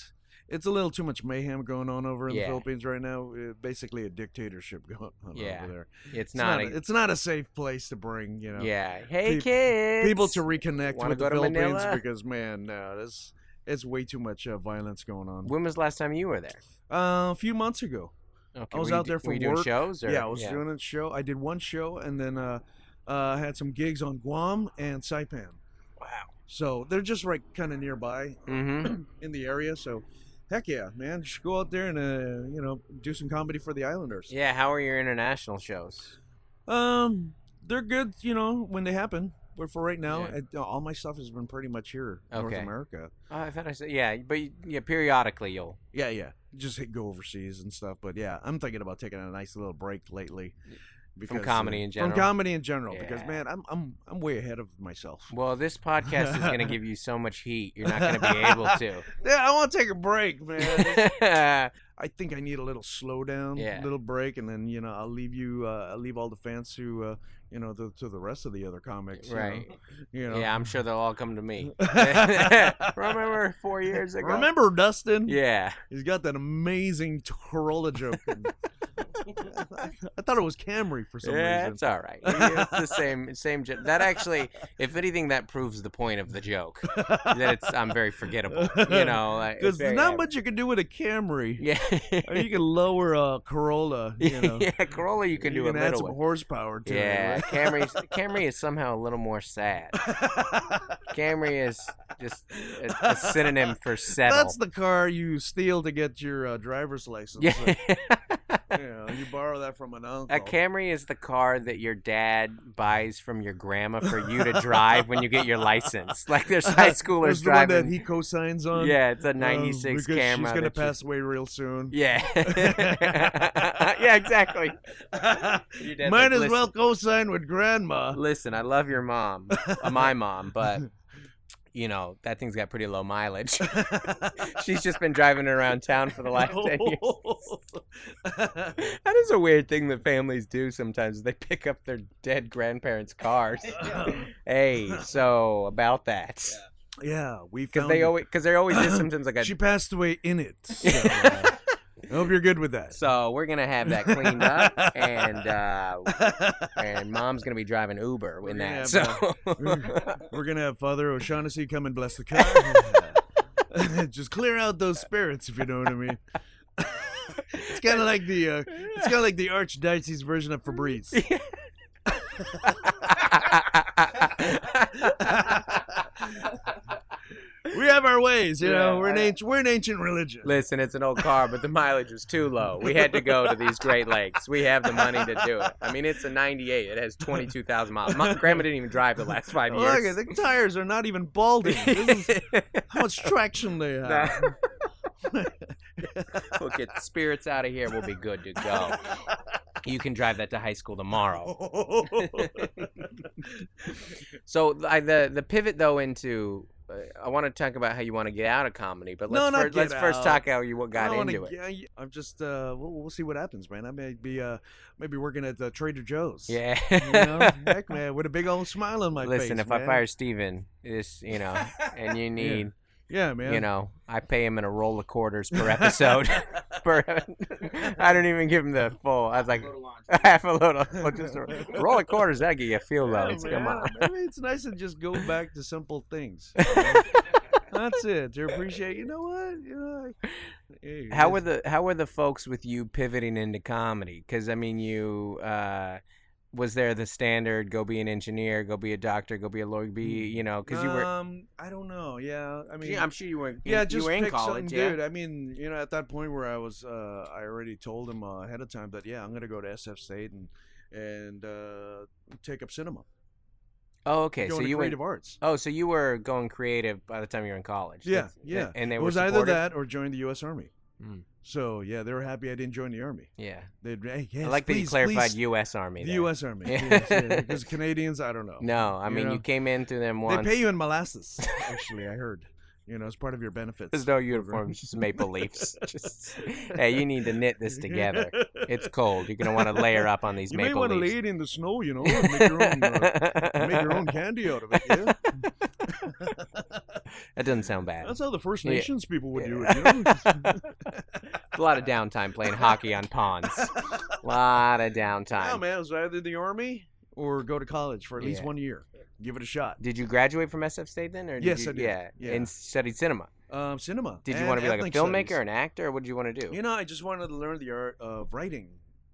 Speaker 3: It's a little too much mayhem going on over in
Speaker 1: Yeah.
Speaker 3: the Philippines right now. Uh, basically, a dictatorship going on
Speaker 1: Yeah.
Speaker 3: over there.
Speaker 1: It's
Speaker 3: It's not.
Speaker 1: not.
Speaker 3: a, it's not a safe place to bring you know
Speaker 1: yeah. Hey,
Speaker 3: peop-
Speaker 1: kids.
Speaker 3: people to reconnect
Speaker 1: Wanna
Speaker 3: with
Speaker 1: go
Speaker 3: the
Speaker 1: to
Speaker 3: Philippines
Speaker 1: Manila?
Speaker 3: because man, no, this it's way too much uh, violence going on.
Speaker 1: When was the last time you were there?
Speaker 3: Uh, a few months ago,
Speaker 1: Okay.
Speaker 3: was
Speaker 1: were you
Speaker 3: out
Speaker 1: do-
Speaker 3: there
Speaker 1: were
Speaker 3: for
Speaker 1: you doing
Speaker 3: work.
Speaker 1: shows. Or,
Speaker 3: yeah, I was doing a show. I did one show and then uh, uh, had some gigs on Guam and Saipan.
Speaker 1: Wow.
Speaker 3: So they're just right kind of nearby
Speaker 1: Mm-hmm.
Speaker 3: in the area. So, heck yeah, man, just go out there and uh, you know do some comedy for the Islanders.
Speaker 1: Yeah. How are your international shows?
Speaker 3: Um, they're good, you know, when they happen. But for right now,
Speaker 1: Yeah.
Speaker 3: I- all my stuff has been pretty much here, North
Speaker 1: Okay.
Speaker 3: America.
Speaker 1: Oh, I thought I said yeah, but you- yeah, periodically you'll.
Speaker 3: Yeah, yeah, just hit, go overseas and stuff. But yeah, I'm thinking about taking a nice little break lately. uh,
Speaker 1: comedy in general?
Speaker 3: From comedy in general, because
Speaker 1: Yeah.
Speaker 3: man, I'm I'm I'm way ahead of myself.
Speaker 1: Well, this podcast is going to give you so much heat, you're not going to be able
Speaker 3: Yeah, I want to take a break, man.
Speaker 1: to.
Speaker 3: I think I need a little slowdown,
Speaker 1: Yeah.
Speaker 3: little break, and then you know I'll leave you, uh, I'll leave all the fans to uh, you know the, to the rest of the other comics, you know,
Speaker 1: right.
Speaker 3: You know,
Speaker 1: Yeah, I'm sure they'll all come to me. Remember four years ago?
Speaker 3: Remember Dustin?
Speaker 1: Yeah.
Speaker 3: He's got that amazing Corolla joke. and- I thought it was Camry for some
Speaker 1: yeah,
Speaker 3: reason.
Speaker 1: it's all right. It's the same, same. Jo- that actually, if anything, that proves the point of the joke that it's I'm very forgettable. You know, like, it's
Speaker 3: Because
Speaker 1: very
Speaker 3: there's not
Speaker 1: average.
Speaker 3: much you can do with a Camry.
Speaker 1: Yeah.
Speaker 3: Or you can lower a Corolla, you know.
Speaker 1: yeah, Corolla, you can do a
Speaker 3: add
Speaker 1: little
Speaker 3: some
Speaker 1: one.
Speaker 3: horsepower to
Speaker 1: Yeah,
Speaker 3: it.
Speaker 1: Camry. Camry is somehow a little more sad.
Speaker 3: right?
Speaker 1: Camry is just a, a synonym for settle.
Speaker 3: That's the car you steal to get your uh, driver's license.
Speaker 1: yeah.
Speaker 3: Like, you, know, you borrow that from an uncle.
Speaker 1: A Camry is the car that your dad buys from your grandma for you to drive when you get your license. Like there's high schoolers
Speaker 3: There's the one
Speaker 1: driving.
Speaker 3: that he co-signs on.
Speaker 1: yeah, it's a
Speaker 3: um,
Speaker 1: '96
Speaker 3: because
Speaker 1: Camry.
Speaker 3: She's gonna
Speaker 1: that you-
Speaker 3: pass away real soon.
Speaker 1: Yeah. yeah, exactly. Your dad's
Speaker 3: Might
Speaker 1: like,
Speaker 3: as
Speaker 1: listen,
Speaker 3: well co-sign with grandma.
Speaker 1: Listen, I love your mom, uh, my mom, but you know that thing's got pretty low mileage. She's just been driving it around town for the last ten years. That is a weird thing that families do sometimes. They pick up their dead grandparents' cars. hey, so about that,
Speaker 3: yeah, we
Speaker 1: because
Speaker 3: found.
Speaker 1: they
Speaker 3: it.
Speaker 1: always because there always is sometimes like a.
Speaker 3: she passed away in it. So, uh, I hope you're good with that.
Speaker 1: so we're gonna have that cleaned up, and uh, and mom's gonna be driving Uber
Speaker 3: We're
Speaker 1: when
Speaker 3: gonna
Speaker 1: that.
Speaker 3: have,
Speaker 1: So
Speaker 3: We're gonna have Father O'Shaughnessy come and bless the car. Just clear out those spirits, if you know what I mean. it's kind of like the uh, it's kind of like the archdiocese version of Febreze. we have our ways, you know.
Speaker 1: Yeah,
Speaker 3: We're an
Speaker 1: I-
Speaker 3: ancient, we're an ancient religion.
Speaker 1: Listen, it's an old car, but the mileage was too low. We had to go to these Great Lakes. We have the money to do it. I mean, it's a 98. It has 22,000 miles. My grandma didn't even drive the last five
Speaker 3: Look, at
Speaker 1: years.
Speaker 3: the tires are not even balding. This is how much traction they have.
Speaker 1: we'll get the spirits out of here. We'll be good to go. You can drive that to high school tomorrow. So I, the the pivot though into uh, I want to talk about how you want to get out of comedy, but
Speaker 3: No,
Speaker 1: let's
Speaker 3: not
Speaker 1: fir-
Speaker 3: get
Speaker 1: let's first
Speaker 3: out.
Speaker 1: talk how you got
Speaker 3: I don't
Speaker 1: into
Speaker 3: wanna-
Speaker 1: it.
Speaker 3: yeah, I'm just uh, we'll, we'll see what happens, man. I may be uh, maybe working at the Trader Joe's.
Speaker 1: Yeah.
Speaker 3: You know, heck, man, with a big old smile on my face.
Speaker 1: Listen, if I
Speaker 3: man.
Speaker 1: fire Steven, this you know, and you need
Speaker 3: yeah, man,
Speaker 1: you know, I pay him in a roll of quarters per episode. per, I don't even give him the full. I was like, half a load of well, just a roll of quarters. That get you feel
Speaker 3: Yeah,
Speaker 1: loads. Come
Speaker 3: Oh, man,
Speaker 1: on.
Speaker 3: maybe it's nice to just go back to simple things. you know? That's it. To appreciate, you know what? You know, hey,
Speaker 1: How
Speaker 3: this-
Speaker 1: were the How were the folks with you pivoting into comedy? Because I mean, you. uh was there the standard go be an engineer go be a doctor go be a lawyer be you know because you were
Speaker 3: Um, I don't know. Yeah, Mm, I mean,
Speaker 1: i'm sure you were in,
Speaker 3: yeah, just
Speaker 1: you were in
Speaker 3: pick
Speaker 1: college
Speaker 3: something, uh,
Speaker 1: yeah
Speaker 3: dude. I mean, you know, at that point where I was, uh, I already told him uh, ahead of time that yeah, I'm gonna go to SF State and and uh, take up cinema.
Speaker 1: oh okay so
Speaker 3: Go into
Speaker 1: you went
Speaker 3: creative arts.
Speaker 1: oh so you were going creative by the time you were in college
Speaker 3: Yeah,
Speaker 1: That's-
Speaker 3: yeah.
Speaker 1: and they
Speaker 3: it
Speaker 1: were
Speaker 3: was either
Speaker 1: supportive?
Speaker 3: that or join the U.S. Army. Hmm.
Speaker 1: Mm.
Speaker 3: So yeah, they were happy I didn't join the army.
Speaker 1: yeah
Speaker 3: They'd hey, yes,
Speaker 1: I like that you
Speaker 3: please,
Speaker 1: clarified
Speaker 3: please,
Speaker 1: U.S. Army.
Speaker 3: the
Speaker 1: there.
Speaker 3: U.S. Army.
Speaker 1: Yeah.
Speaker 3: Yes, yeah, because Canadians, I don't know.
Speaker 1: No, I
Speaker 3: You
Speaker 1: mean
Speaker 3: know?
Speaker 1: you came in through them
Speaker 3: they
Speaker 1: once.
Speaker 3: pay you in molasses. Actually, I heard. You You know, as part of your benefits.
Speaker 1: There's no uniforms, just maple leaves. Just hey, you need to knit this together. It's cold. You're gonna want to layer up on these
Speaker 3: You may
Speaker 1: maple
Speaker 3: want to lay
Speaker 1: leaves.
Speaker 3: it in the snow, you know, and make your own, uh, make your own candy out of it. Yeah?
Speaker 1: that doesn't sound bad.
Speaker 3: That's how the First
Speaker 1: Yeah.
Speaker 3: Nations people would do
Speaker 1: Yeah.
Speaker 3: it. You know?
Speaker 1: a lot of downtime playing hockey on ponds. A lot of downtime.
Speaker 3: No, "Oh, man, it was either the army or go to college for at least
Speaker 1: Yeah.
Speaker 3: one year. Give it a shot.
Speaker 1: Did you graduate from SF State then, or did
Speaker 3: Yes,
Speaker 1: you,
Speaker 3: I did.
Speaker 1: Yeah,
Speaker 3: Yeah.
Speaker 1: and studied cinema.
Speaker 3: Um, cinema.
Speaker 1: Did you
Speaker 3: and
Speaker 1: want to be like a
Speaker 3: ethnic
Speaker 1: filmmaker,
Speaker 3: studies.
Speaker 1: an actor? Or what did you want to do?
Speaker 3: You know, I just wanted to learn the art of writing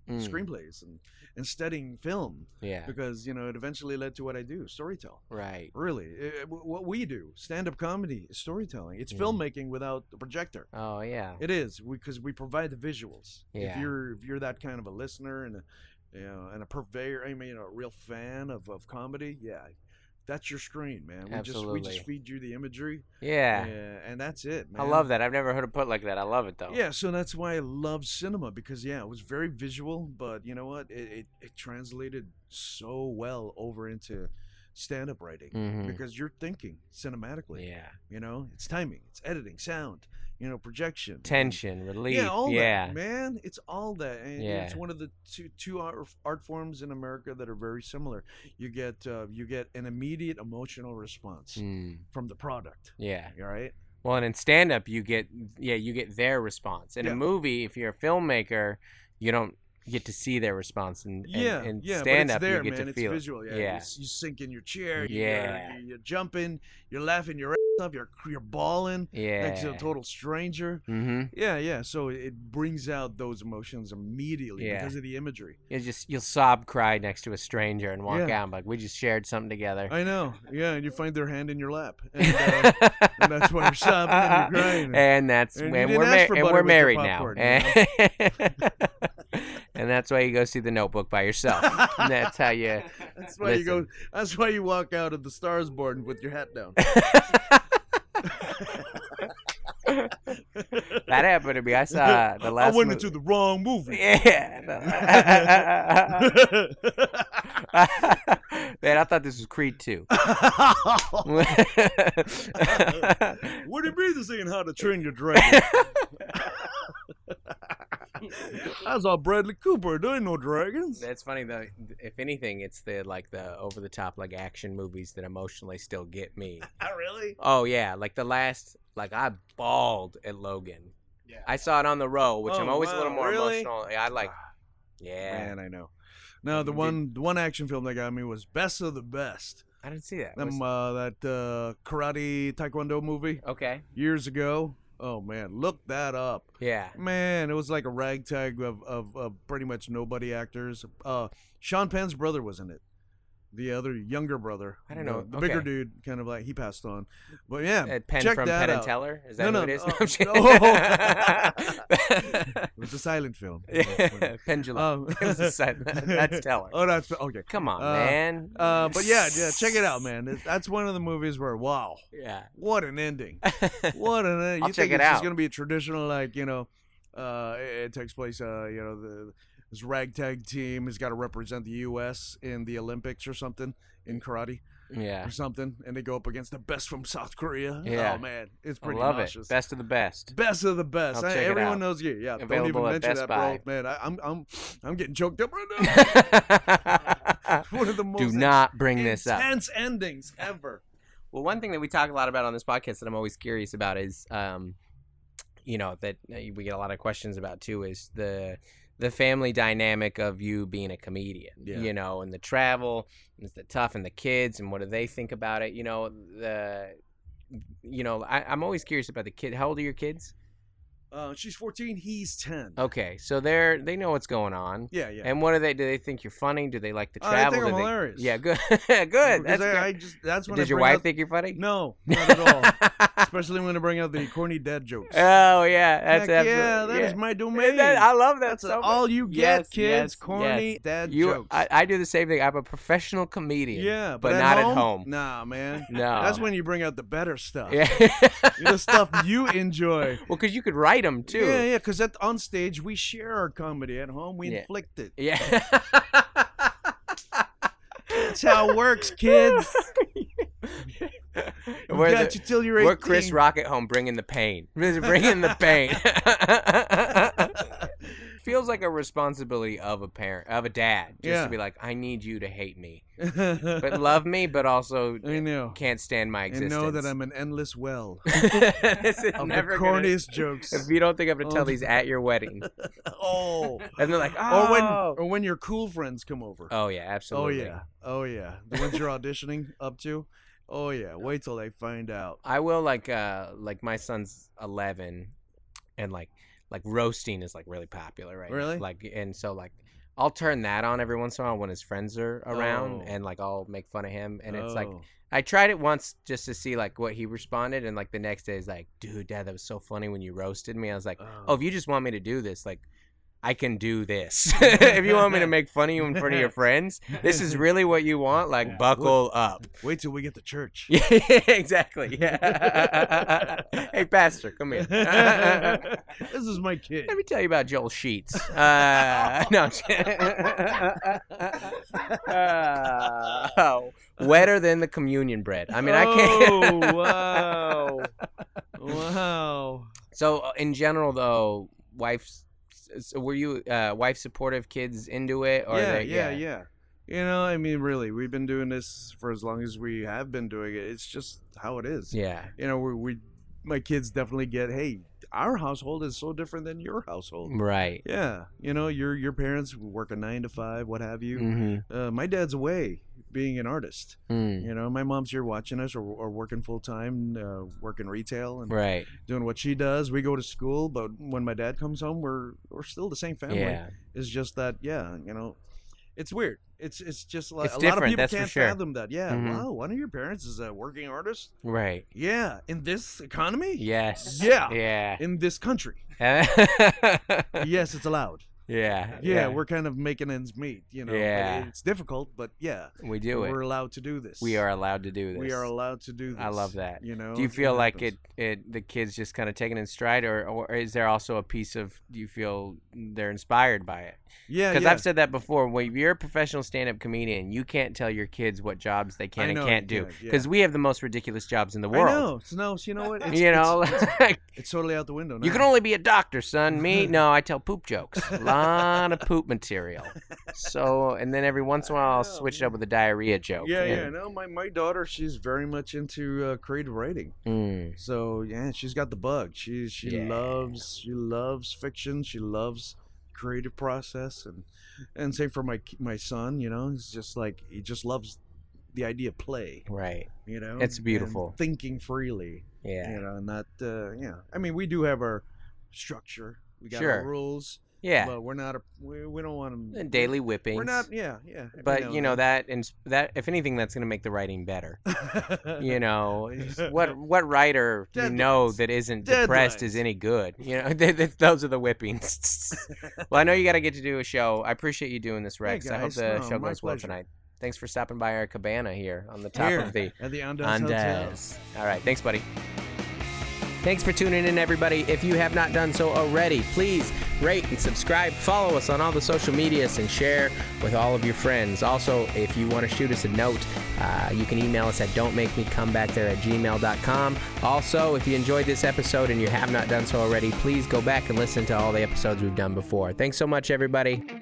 Speaker 1: Mm,
Speaker 3: screenplays and, and studying film
Speaker 1: Yeah,
Speaker 3: because, you know, it eventually led to what I do, storytell.
Speaker 1: right.
Speaker 3: Really, eh, wh- what we do, stand-up comedy, is storytelling. It's
Speaker 1: Yeah.
Speaker 3: filmmaking without the projector.
Speaker 1: Oh yeah,
Speaker 3: It is because we provide the visuals.
Speaker 1: Yeah.
Speaker 3: If you're if you're that kind of a listener and a, you know, and a purveyor, I mean, a real fan of, of comedy, yeah, that's your screen, man. We just we
Speaker 1: Absolutely.
Speaker 3: just feed you the imagery,
Speaker 1: yeah.
Speaker 3: yeah, and that's it.
Speaker 1: I
Speaker 3: Man.
Speaker 1: love that. I've never heard it put like that. I love it though.
Speaker 3: Yeah, so that's why I love cinema because yeah, it was very visual, but you know what? It it, it translated so well over into stand-up writing
Speaker 1: hmm
Speaker 3: because you're thinking cinematically.
Speaker 1: Yeah.
Speaker 3: You know, it's timing, it's editing, sound, you know, projection,
Speaker 1: Tension, relief.
Speaker 3: Yeah, all
Speaker 1: yeah.
Speaker 3: that, man. It's all that, and
Speaker 1: Yeah.
Speaker 3: it's one of the two two art, art forms in America that are very similar. You get uh, you get an immediate emotional response
Speaker 1: Mm,
Speaker 3: from the product.
Speaker 1: yeah.
Speaker 3: All right,
Speaker 1: Well, and in stand up, you get yeah, you get their response. In a
Speaker 3: Yeah.
Speaker 1: movie, if you're a filmmaker, you don't get to see their response. And and-
Speaker 3: yeah,
Speaker 1: and
Speaker 3: yeah.
Speaker 1: stand
Speaker 3: but
Speaker 1: up,
Speaker 3: it's there,
Speaker 1: you get
Speaker 3: man.
Speaker 1: to
Speaker 3: it's
Speaker 1: feel it.
Speaker 3: visual. Yeah,
Speaker 1: Yeah.
Speaker 3: You, s- you sink in your chair. you-
Speaker 1: Yeah.
Speaker 3: you're, you're jumping. You're laughing. You're ass off. You're you're bawling
Speaker 1: Yeah.
Speaker 3: next to a total stranger.
Speaker 1: mm-hmm.
Speaker 3: Yeah, yeah. So it brings out those emotions immediately
Speaker 1: Yeah.
Speaker 3: because of the imagery.
Speaker 1: You'll just you'll sob cry next to a stranger and walk
Speaker 3: Yeah.
Speaker 1: out and be like, we just shared something together.
Speaker 3: I know. Yeah, and you find their hand in your lap. And, uh, and that's why you're sobbing and you're crying.
Speaker 1: And that's
Speaker 3: And you
Speaker 1: when
Speaker 3: didn't
Speaker 1: we're
Speaker 3: ask
Speaker 1: mar-
Speaker 3: for
Speaker 1: and
Speaker 3: butter
Speaker 1: we're
Speaker 3: with your
Speaker 1: married now. and that's why you go see the Notebook by yourself. And that's how you.
Speaker 3: That's why you go. That's why you walk out of the stars born with your hat down.
Speaker 1: That happened to me. I saw the last.
Speaker 3: I went
Speaker 1: mo-
Speaker 3: into the wrong movie.
Speaker 1: Yeah. no. Man, I thought this was Creed too.
Speaker 3: what do you mean this ain't how to train your dragon? That's all Bradley Cooper. There ain't no dragons.
Speaker 1: That's funny though. If anything, it's the like the over the top like action movies that emotionally still get me.
Speaker 3: Ah, really?
Speaker 1: Oh yeah, like the last like I bawled at Logan.
Speaker 3: Yeah.
Speaker 1: I saw it on the row, which I'm
Speaker 3: Oh,
Speaker 1: always a little
Speaker 3: wow,
Speaker 1: more
Speaker 3: really? Ah.
Speaker 1: emotional. Yeah, I like Yeah.
Speaker 3: Man, I know. No, the
Speaker 1: You did-
Speaker 3: one the one action film that got me was Best of the Best.
Speaker 1: I didn't see that.
Speaker 3: Them,
Speaker 1: What's-
Speaker 3: uh, that uh, karate taekwondo movie
Speaker 1: okay.
Speaker 3: years ago. Oh man, look that up.
Speaker 1: Yeah.
Speaker 3: Man, it was like a ragtag of, of, of pretty much nobody actors. Uh, Sean Penn's brother was in it. The other younger brother.
Speaker 1: I don't
Speaker 3: the-
Speaker 1: know.
Speaker 3: The, bigger
Speaker 1: Okay.
Speaker 3: dude, kind of like he passed on. But yeah,
Speaker 1: Uh, Penn
Speaker 3: check
Speaker 1: from
Speaker 3: that
Speaker 1: Penn and
Speaker 3: out.
Speaker 1: Teller? Is that
Speaker 3: No, no,
Speaker 1: who it is?
Speaker 3: no,
Speaker 1: I'm just-
Speaker 3: no. it was a silent film.
Speaker 1: yeah. Pendulum.
Speaker 3: Um,
Speaker 1: it was a set. That's Teller.
Speaker 3: oh, that's okay.
Speaker 1: Come on,
Speaker 3: uh,
Speaker 1: man.
Speaker 3: Uh, but yeah, yeah, check it out, man. It- That's one of the movies where wow,
Speaker 1: Yeah.
Speaker 3: what an ending. What an uh, you
Speaker 1: I'll
Speaker 3: think
Speaker 1: check it
Speaker 3: it's
Speaker 1: out.
Speaker 3: just gonna be a traditional like you know, uh, it, it takes place. Uh, you know, the this ragtag team has got to represent the U.S. in the Olympics or something in karate
Speaker 1: yeah.
Speaker 3: or something, and they go up against the best from South Korea.
Speaker 1: Yeah.
Speaker 3: Oh man, it's
Speaker 1: I
Speaker 3: pretty
Speaker 1: love
Speaker 3: nauseous.
Speaker 1: it. Best of the best.
Speaker 3: Best of the best.
Speaker 1: I'll
Speaker 3: I-
Speaker 1: check it
Speaker 3: everyone
Speaker 1: out.
Speaker 3: knows you. Yeah, don't even
Speaker 1: Available at
Speaker 3: mention
Speaker 1: Best
Speaker 3: that,
Speaker 1: Buy.
Speaker 3: bro. Man, I, I'm I'm I'm getting choked up right now. One of the most
Speaker 1: Do not bring this up.
Speaker 3: intense endings ever.
Speaker 1: Well, one thing that we talk a lot about on this podcast that I'm always curious about is, um, you know, that uh, we get a lot of questions about too is the the family dynamic of you being a comedian,
Speaker 3: Yeah.
Speaker 1: you know, and the travel, and it's the tough, and the kids, and what do they think about it? You know, the, you know, I, I'm always curious about the kid. How old are your kids?
Speaker 3: Uh, she's 14. He's 10.
Speaker 1: Okay, so they're they know what's going on.
Speaker 3: Yeah, yeah.
Speaker 1: And what do they do? They think you're funny? Do they like the
Speaker 3: Oh, they
Speaker 1: travel?
Speaker 3: think
Speaker 1: Do
Speaker 3: I'm
Speaker 1: they-
Speaker 3: hilarious.
Speaker 1: Yeah, good, good.
Speaker 3: Because
Speaker 1: That's
Speaker 3: I, I
Speaker 1: good.
Speaker 3: just that's when I
Speaker 1: Does your
Speaker 3: bring
Speaker 1: wife
Speaker 3: out-
Speaker 1: think you're funny?
Speaker 3: No, not at all. Especially when I bring out the corny dad jokes.
Speaker 1: Oh yeah, that's
Speaker 3: Heck
Speaker 1: absolutely
Speaker 3: yeah, that is my domain.
Speaker 1: That- I love that
Speaker 3: that's
Speaker 1: so
Speaker 3: a-
Speaker 1: much.
Speaker 3: all you get,
Speaker 1: Yes,
Speaker 3: kids.
Speaker 1: yes,
Speaker 3: corny dad
Speaker 1: You,
Speaker 3: jokes.
Speaker 1: I, I do the same thing. I'm a professional comedian.
Speaker 3: yeah,
Speaker 1: but,
Speaker 3: at
Speaker 1: not
Speaker 3: home,
Speaker 1: at home.
Speaker 3: Nah, man.
Speaker 1: No,
Speaker 3: That's when you bring out the better stuff.
Speaker 1: Yeah.
Speaker 3: the stuff you enjoy.
Speaker 1: well, because you could write them too.
Speaker 3: Yeah, yeah. Because at on stage we share our comedy. At home we
Speaker 1: Yeah.
Speaker 3: inflict it.
Speaker 1: Yeah.
Speaker 3: That's how it works, kids.
Speaker 1: And we're
Speaker 3: got
Speaker 1: the-
Speaker 3: you till you're 18.
Speaker 1: We're Chris Rock at home bringing the pain. bringing the pain. Feels like a responsibility of a parent, of a dad, just
Speaker 3: Yeah.
Speaker 1: to be like, I need you to hate me, but
Speaker 3: but
Speaker 1: love me, but also
Speaker 3: I know.
Speaker 1: can't stand my
Speaker 3: And
Speaker 1: existence.
Speaker 3: know that I'm an endless well
Speaker 1: this is
Speaker 3: of the
Speaker 1: never gonna-
Speaker 3: corniest jokes.
Speaker 1: If you don't think I'm gonna tell
Speaker 3: Of-
Speaker 1: these at your wedding,
Speaker 3: oh.
Speaker 1: and they're like,
Speaker 3: Or when
Speaker 1: oh,
Speaker 3: or when your cool friends come over.
Speaker 1: oh yeah,
Speaker 3: oh
Speaker 1: absolutely.
Speaker 3: yeah. Oh yeah. The ones you're auditioning up to. Oh yeah. Wait till they find out.
Speaker 1: I will like uh like my son's eleven, and like like roasting is like really popular right now.
Speaker 3: Really?
Speaker 1: Like and so like I'll turn that on every once in a while when his friends are around,
Speaker 3: Oh.
Speaker 1: and like I'll make fun of him, and it's like
Speaker 3: Oh.
Speaker 1: I tried it once just to see like what he responded, and like the next day is like, dude, dad, that was so funny when you roasted me. I was like, oh, if you just want me to do this, like. I can do this. if you want me to make fun of you in front of your friends, this is really what you want. Like,
Speaker 3: Yeah.
Speaker 1: buckle up.
Speaker 3: Wait till we get to church.
Speaker 1: Yeah, exactly. Yeah. hey, Pastor, come here. Let
Speaker 3: this is my kid.
Speaker 1: me tell you about Joel Sheets. Uh, no. I'm just- Oh, wetter than the communion bread. I mean, I can't.
Speaker 3: Oh, wow. wow.
Speaker 1: so, uh, in general, though, wife's. So were you uh, wife supportive? Kids into it? Or
Speaker 3: yeah,
Speaker 1: they,
Speaker 3: yeah, yeah. You know, I mean, really, we've been doing this for as long as we have been doing it. It's just how it is.
Speaker 1: Yeah.
Speaker 3: You know, we, we, my kids definitely get, hey, our household is so different than your household.
Speaker 1: Right.
Speaker 3: Yeah, you know, your your parents work a nine to five, what have you.
Speaker 1: Mm-hmm.
Speaker 3: Uh, my dad's away being an artist.
Speaker 1: Mm.
Speaker 3: You know, my mom's here watching us or, or working full time, uh, working retail and
Speaker 1: Right.
Speaker 3: doing what she does. We go to school, but when my dad comes home, we're we're still the same family.
Speaker 1: Yeah.
Speaker 3: It's just that, yeah, you know, it's weird. It's it's just like
Speaker 1: It's
Speaker 3: a lot
Speaker 1: different,
Speaker 3: of people
Speaker 1: that's for
Speaker 3: can't
Speaker 1: sure.
Speaker 3: fathom that. Yeah,
Speaker 1: Mhm.
Speaker 3: wow, one of your parents is a working artist.
Speaker 1: Right.
Speaker 3: Yeah, in this economy.
Speaker 1: Yes.
Speaker 3: Yeah.
Speaker 1: Yeah.
Speaker 3: In this country,
Speaker 1: yeah.
Speaker 3: yes, it's allowed.
Speaker 1: Yeah.
Speaker 3: Uh, Yeah, we're kind of making ends meet, you know. but
Speaker 1: Yeah.
Speaker 3: it's difficult, but yeah,
Speaker 1: we do it.
Speaker 3: we're allowed to do this.
Speaker 1: We are allowed to do this.
Speaker 3: We are allowed to do this.
Speaker 1: I love that.
Speaker 3: You know.
Speaker 1: do you
Speaker 3: it
Speaker 1: feel like it,
Speaker 3: happens.
Speaker 1: it the kids just kind of taking in stride or, or is there also a piece of do you feel they're inspired by it
Speaker 3: Yeah,
Speaker 1: because
Speaker 3: yeah.
Speaker 1: i've said that before when you're a professional stand-up comedian you can't tell your kids what jobs they
Speaker 3: I
Speaker 1: can
Speaker 3: know
Speaker 1: and
Speaker 3: you
Speaker 1: can't do
Speaker 3: can't, yeah.
Speaker 1: because we have the most ridiculous jobs in the
Speaker 3: I
Speaker 1: world
Speaker 3: know. So, no, so you know what? It's,
Speaker 1: you
Speaker 3: it's-
Speaker 1: know
Speaker 3: it's,
Speaker 1: like,
Speaker 3: it's totally out the window. Now.
Speaker 1: you can only be a doctor son me no i tell poop jokes a lot of poop material so and then every once in a while i'll
Speaker 3: know,
Speaker 1: switch it
Speaker 3: man.
Speaker 1: up with a diarrhea joke
Speaker 3: Yeah, yeah.
Speaker 1: and-
Speaker 3: No, my my daughter, she's very much into uh, creative writing.
Speaker 1: Mm,
Speaker 3: So yeah, she's got the bug. She she
Speaker 1: Yeah.
Speaker 3: loves she loves fiction. She loves creative process and and same for my ki- my son. You know, he's just like he just loves the idea of play.
Speaker 1: right
Speaker 3: You know,
Speaker 1: It's
Speaker 3: and
Speaker 1: beautiful.
Speaker 3: thinking freely.
Speaker 1: yeah
Speaker 3: you know, not uh, yeah. I mean, we do have our structure. We got our
Speaker 1: Sure.
Speaker 3: rules,
Speaker 1: yeah
Speaker 3: but we're not a we, we don't want to
Speaker 1: And daily whippings.
Speaker 3: We're not, yeah, yeah. every now
Speaker 1: but you
Speaker 3: and
Speaker 1: know that and that if anything, that's going to make the writing better.
Speaker 3: then.
Speaker 1: You know what? What writer you know
Speaker 3: Deadlines.
Speaker 1: that isn't depressed is
Speaker 3: Deadlines.
Speaker 1: any good? You know, th- th- those are the whippings. well, I know you got to get to do a show. I appreciate you doing this, Rex. I hope
Speaker 3: guys.
Speaker 1: the
Speaker 3: No,
Speaker 1: show
Speaker 3: my
Speaker 1: goes well
Speaker 3: pleasure.
Speaker 1: tonight. Thanks for stopping by our cabana here on the top
Speaker 3: Here
Speaker 1: of the
Speaker 3: at the Andes, Hotel.
Speaker 1: Andes. All right, thanks, buddy. Thanks for tuning in, everybody. If you have not done so already, please rate and subscribe. Follow us on all the social medias and share with all of your friends. Also, if you want to shoot us a note, uh, you can email us at don'tmakemecomebackThere at gmail.com. Also, if you enjoyed this episode and you have not done so already, please go back and listen to all the episodes we've done before. Thanks so much, everybody.